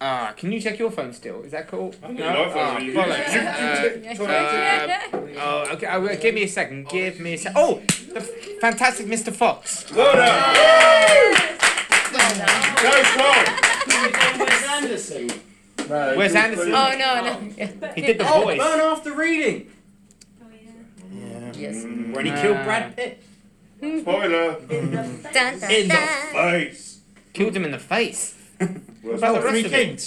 S1: Ah, can you check your phone still? Is that cool?
S6: I don't know if that's what you-
S1: bollocks.
S6: you-
S1: Uh,
S3: down.
S1: Oh, okay. uh, well, give me a second. Give me a sec. Oh, the f- fantastic Mr. Fox.
S6: Well done.
S3: Well done.
S6: No time.
S2: Wes Anderson.
S6: No,
S1: Wes
S6: you-
S1: Anderson.
S3: <laughs> Oh no, no. Yeah.
S1: He did the
S2: Oh,
S1: voice.
S2: burn after reading.
S10: Yeah.
S3: Yes.
S2: When he killed
S1: Uh,
S2: Brad Pitt.
S6: Mm.
S1: Oh,
S6: Spoiler.
S3: Dun, dun,
S2: In the
S3: dun.
S2: face.
S1: Killed him in the face.
S6: Well
S1: about
S6: done.
S1: the
S10: Oh, Three
S1: rest of it?
S10: Kings.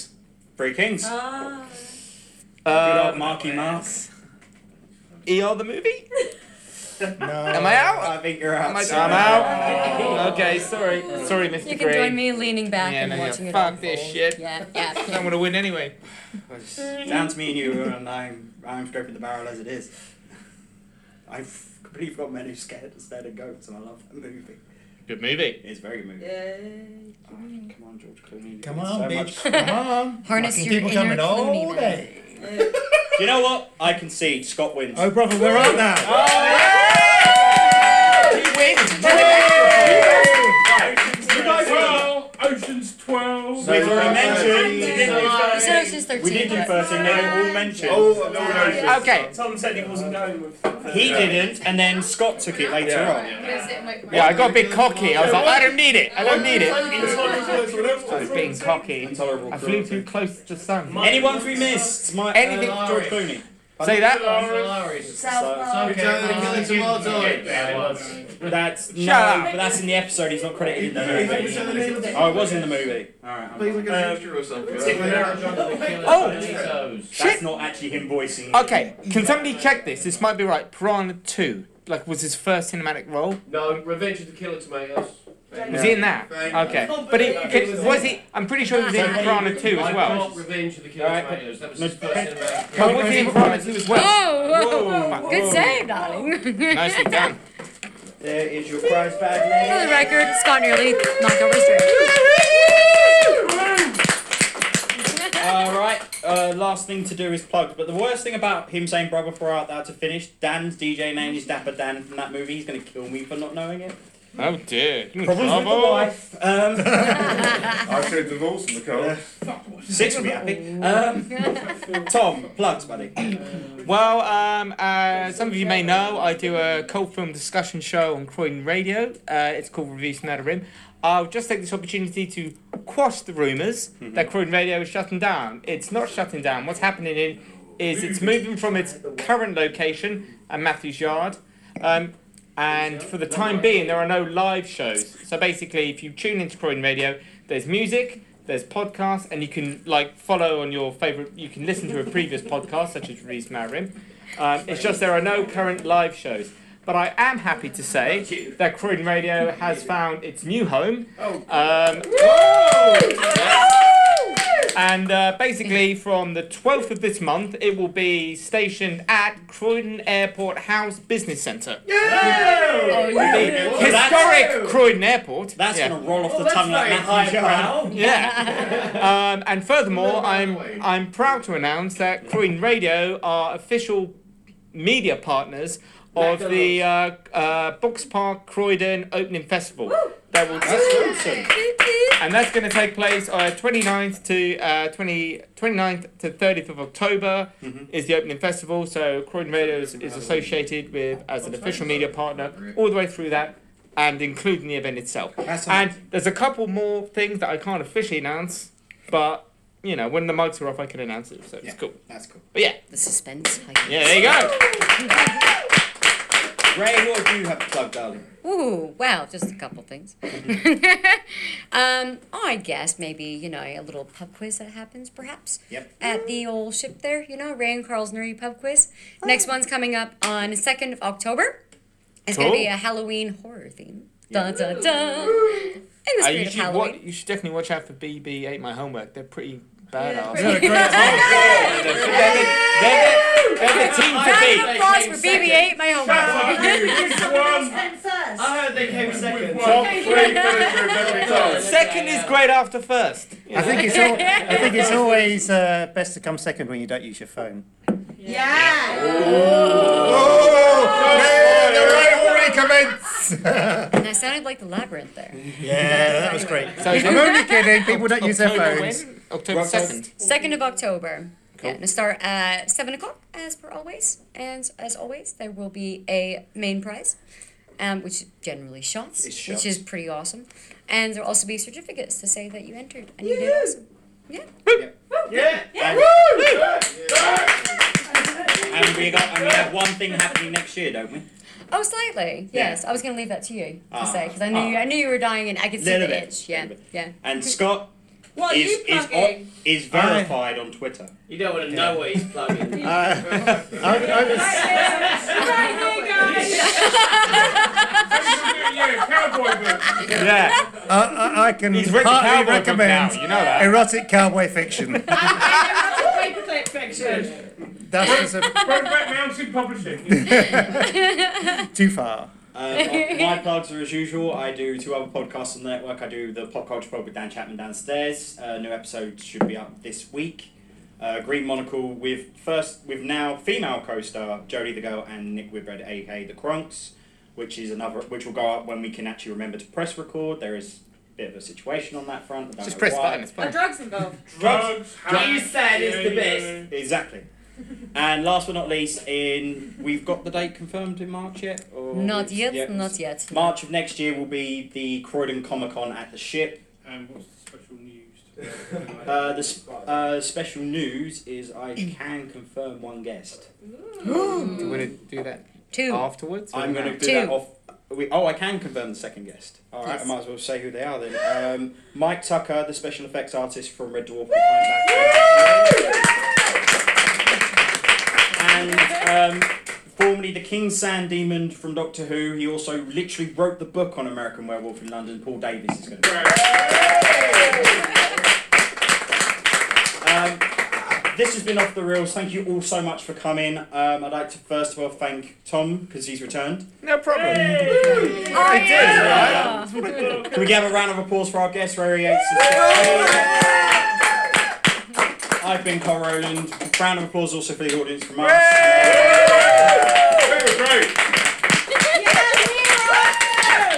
S2: Three Kings.
S5: Oh.
S2: Good old
S1: Uh,
S2: Marky Mark.
S1: ER the movie?
S10: No.
S1: Am I out?
S2: I think you're out.
S1: Am I-
S2: sir.
S1: I'm out. Okay, sorry. Sorry, Mr.
S3: You can
S1: Green.
S3: join me leaning back
S1: Yeah,
S3: and
S1: no, yeah.
S3: watching it.
S1: Fuck
S3: unfold.
S1: this shit.
S3: Yeah,
S1: <laughs>
S3: yeah.
S1: I don't want to win anyway.
S2: It's down to me and you, and I'm I'm scraping the barrel as it is. I've completely forgot men who scared scared of goats, and I love that movie.
S1: Good movie.
S2: It's a very good movie.
S5: Yeah.
S2: Oh, come on, George Clooney.
S10: Come
S2: It's
S10: on,
S2: so
S10: bitch.
S2: much-
S10: Come on.
S3: Harness
S10: Fucking
S3: your
S10: people
S3: inner
S10: coming
S3: Clooney
S10: all
S3: man.
S10: day.
S2: You know what? I concede. Scott wins.
S10: Oh, brother, we're out
S1: <laughs>
S10: now.
S2: Oh.
S1: He wins.
S2: Right. You guys won.
S8: Well, Ocean's 12.
S2: We've already mentioned.
S5: So-
S2: We didn't do
S3: So it's
S2: 13.
S3: just 13.
S2: We did do
S3: but- <laughs>
S2: 13. They were all mentioned.
S6: Oh, no, no, no.
S1: Okay.
S7: Tom said he wasn't going with that.
S2: He didn't, and then Scott took it later
S6: Yeah.
S2: on.
S1: Yeah, I got a bit cocky. I was like, I don't need it. I don't need
S3: Oh,
S1: it. I was
S6: it.
S1: being cocky.
S2: Intolerable
S1: I flew
S2: cruelty.
S1: too close to the sun.
S7: My-
S2: Anyone we missed? My,
S1: Anything-
S2: uh, George Clooney.
S1: Say that.
S9: Killing
S2: That's no,
S1: up.
S2: but that's in the episode. He's not credited in the movie. Oh, it was in the movie. All right. I'm- Uh,
S9: Please look at the picture or something.
S1: Oh,
S2: That's not actually him voicing. it.
S1: Okay, can somebody check this? This might be right. Piranha 2, like, was his first cinematic role.
S9: No, Revenge of the Killer Tomatoes.
S1: Was he in that? Okay. But it, it- was he? I'm pretty sure he was in Piranha 2 as well.
S9: got Revenge of the Killer
S2: Alright, but-
S9: Tomatoes. That was his first cinematic film.
S1: But was he in Piranha 2 as well?
S3: Oh, whoa, whoa, whoa.
S1: Whoa.
S3: good save, darling.
S1: Nicely done.
S2: There is your prize bag,
S3: For
S2: lady.
S3: the record, Scott nearly <laughs> knocked over his drink.
S2: All right. Uh, last thing to do is plug. But the worst thing about him saying "brother" before out there to finish, Dan's DJ name is Dapper Dan from that movie. He's gonna kill me for not knowing it.
S1: Oh dear.
S2: Problems with the wife. Um, <laughs>
S6: I said divorce in the car.
S2: six will be happy.
S1: <laughs>
S3: <laughs>
S2: Um, Tom, plugs, buddy.
S1: Well, um, uh, some of you may know I do a cult film discussion show on Croydon Radio. Uh, it's called Reviews from Outer Rim. I'll just take this opportunity to quash the rumors that Croydon Radio is shutting down. It's not shutting down. What's happening in, is it's moving from its current location at Matthews Yard. Um, and for the time being, there are no live shows. So basically, if you tune into Croydon Radio, there's music, there's podcasts, and you can like follow on your favorite. You can listen to a previous podcast, such as Reese Marim. Um, it's just there are no current live shows. But I am happy to say that Croydon Radio has found its new home.
S2: Oh.
S1: Um, and uh, basically, from the 12th of this month, it will be stationed at Croydon Airport House Business Centre. The
S2: Well,
S1: historic Croydon Airport.
S2: Oh, That's
S1: yeah.
S2: gonna roll off the tongue like Matthew Brown.
S1: Yeah. um, and furthermore, I'm I'm proud to announce that Croydon Radio are official media partners of the uh, uh, Box Park Croydon Opening Festival. that will
S6: That's awesome.
S1: and that's going to take place on 29th to uh, 20, 29th to 30th of October is the opening festival. So Croydon Radio is, is associated with as an official media partner all the way through that, and including the event itself.
S2: That's
S1: And there's a couple more things that I can't officially announce, but you know when the mics are off, I can announce it. So
S2: Yeah.
S1: it's cool.
S2: That's cool.
S1: But yeah,
S3: <laughs> The suspense.
S1: yeah, there you go.
S2: Ray, what do you have to plug, darling?
S3: Ooh, well, just a couple things. <laughs> um, I guess maybe, you know, a little pub quiz that happens perhaps.
S2: Yep.
S3: At the old ship there, you know, Ray and Carl's Nerdy Pub Quiz.
S1: Oh.
S3: Next one's coming up on 2nd of October. It's going to be
S1: Cool.
S3: a Halloween horror theme. Dun, dun, dun. In the
S1: Uh,
S3: spirit
S1: you,
S3: of
S1: should
S3: Halloween.
S1: wa- you should definitely watch out for BB Ate My Homework. They're pretty badass.
S10: Yeah, great.
S1: they're, the-
S3: <laughs>
S1: they're the- they're the team to beat.
S3: Round of applause for BB-8, my homework.
S8: I heard they came second.
S6: Top three finishers every time.
S1: Second is great after first.
S4: I think it's all, I think it's always uh, best to come second when you don't use your phone. Oh,
S3: And I sounded like the labyrinth there.
S4: <laughs> Yeah, that was great.
S1: So is
S4: I'm
S1: it
S4: only kidding. People don't use their
S1: October
S4: phones.
S1: when? October second.
S4: <laughs>
S3: Second of October.
S1: Cool.
S3: Yeah, and start at seven o'clock as per always. And as always, there will be a main prize, um, which is generally shots,
S2: It's shots.
S3: which is pretty awesome. And there'll also be certificates to say that you entered and you did awesome.
S8: Yeah.
S2: And, and we got and we have one thing happening next year, don't we?
S3: Oh, slightly.
S2: Yeah.
S3: Yes, I was going to leave that to you to
S2: Ah,
S3: say because I knew you, I knew you were dying and I could see
S2: Little
S3: the
S2: bit,
S3: itch. Yeah,
S2: little bit.
S3: yeah.
S2: And Scott
S5: What are
S2: is
S5: you
S2: is,
S5: plugging?
S2: is verified on Twitter.
S8: You don't want to know what he's plugging.
S4: Uh, I, would- I was,
S5: Right there, guys.
S8: yeah, cowboy boots.
S1: Yeah,
S4: I, I, I can
S1: he's written cowboy
S4: heartily
S1: book now.
S4: recommend
S1: You know that.
S4: erotic cowboy fiction. <laughs>
S5: And erotic paperclip fiction.
S4: That is a,
S8: Brokeback Mountain Publishing.
S4: <laughs>
S2: <laughs>
S4: too far.
S2: Uh, my plugs are as usual. I do two other podcasts on the network. I do the Pop Culture Pod with Dan Chapman downstairs. Uh, new episode should be up this week. Uh, Green Monocle with first with now female co-star Jodie the Girl and Nick Whitbread, aka the Kronks, which is another which will go up when we can actually remember to press record. There is a bit of a situation on that front. I don't
S1: Just
S2: know
S1: press the
S2: why.
S1: button. It's
S5: Are
S1: fine.
S5: drugs involved?
S8: Drugs.
S2: Drugs.
S8: You said it's the best.
S2: Exactly. And last but not least, in we've got the date confirmed in March yet? Or
S3: Not yet,
S2: Yeah.
S3: not yet.
S2: March of next year will be the Croydon Comic Con at the ship.
S8: And what's the special news?
S2: Uh, the sp- uh, special news is I can confirm one guest.
S1: Do you want to do that
S3: <gasps> Two.
S2: Oh,
S1: afterwards? or
S2: I'm going
S1: now?
S2: to do that
S3: Two.
S2: off. We, oh, I can confirm the second guest. All right,
S3: Yes.
S2: I might as well say who they are then. Um, Mike Tucker, the special effects artist from Red Dwarf. behind Batman. And um, formerly the King Sand Demon from Doctor Who. He also literally wrote the book on American Werewolf in London. Paul Davis is going to be. Um, this has been off the reels. Thank you all so much for coming. Um, I'd like to first of all thank Tom because he's returned.
S1: No problem.
S3: Oh, yeah.
S2: Can we give a round of applause for our guest, Rory Yates? I've been Cole Rowland. Round of applause also for the audience from us.
S6: That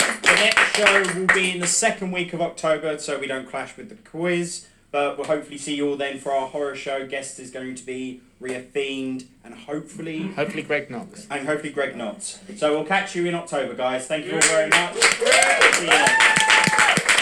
S6: was
S2: The
S6: great.
S2: next show will be in the second week of October, so we don't clash with the quiz. But we'll hopefully see you all then for our horror show. Guest is going to be Rhea Fiend and hopefully
S1: Hopefully, Greg Knox.
S2: and hopefully Greg Knotts. So we'll catch you in October, guys. Thank you all very much. See you then.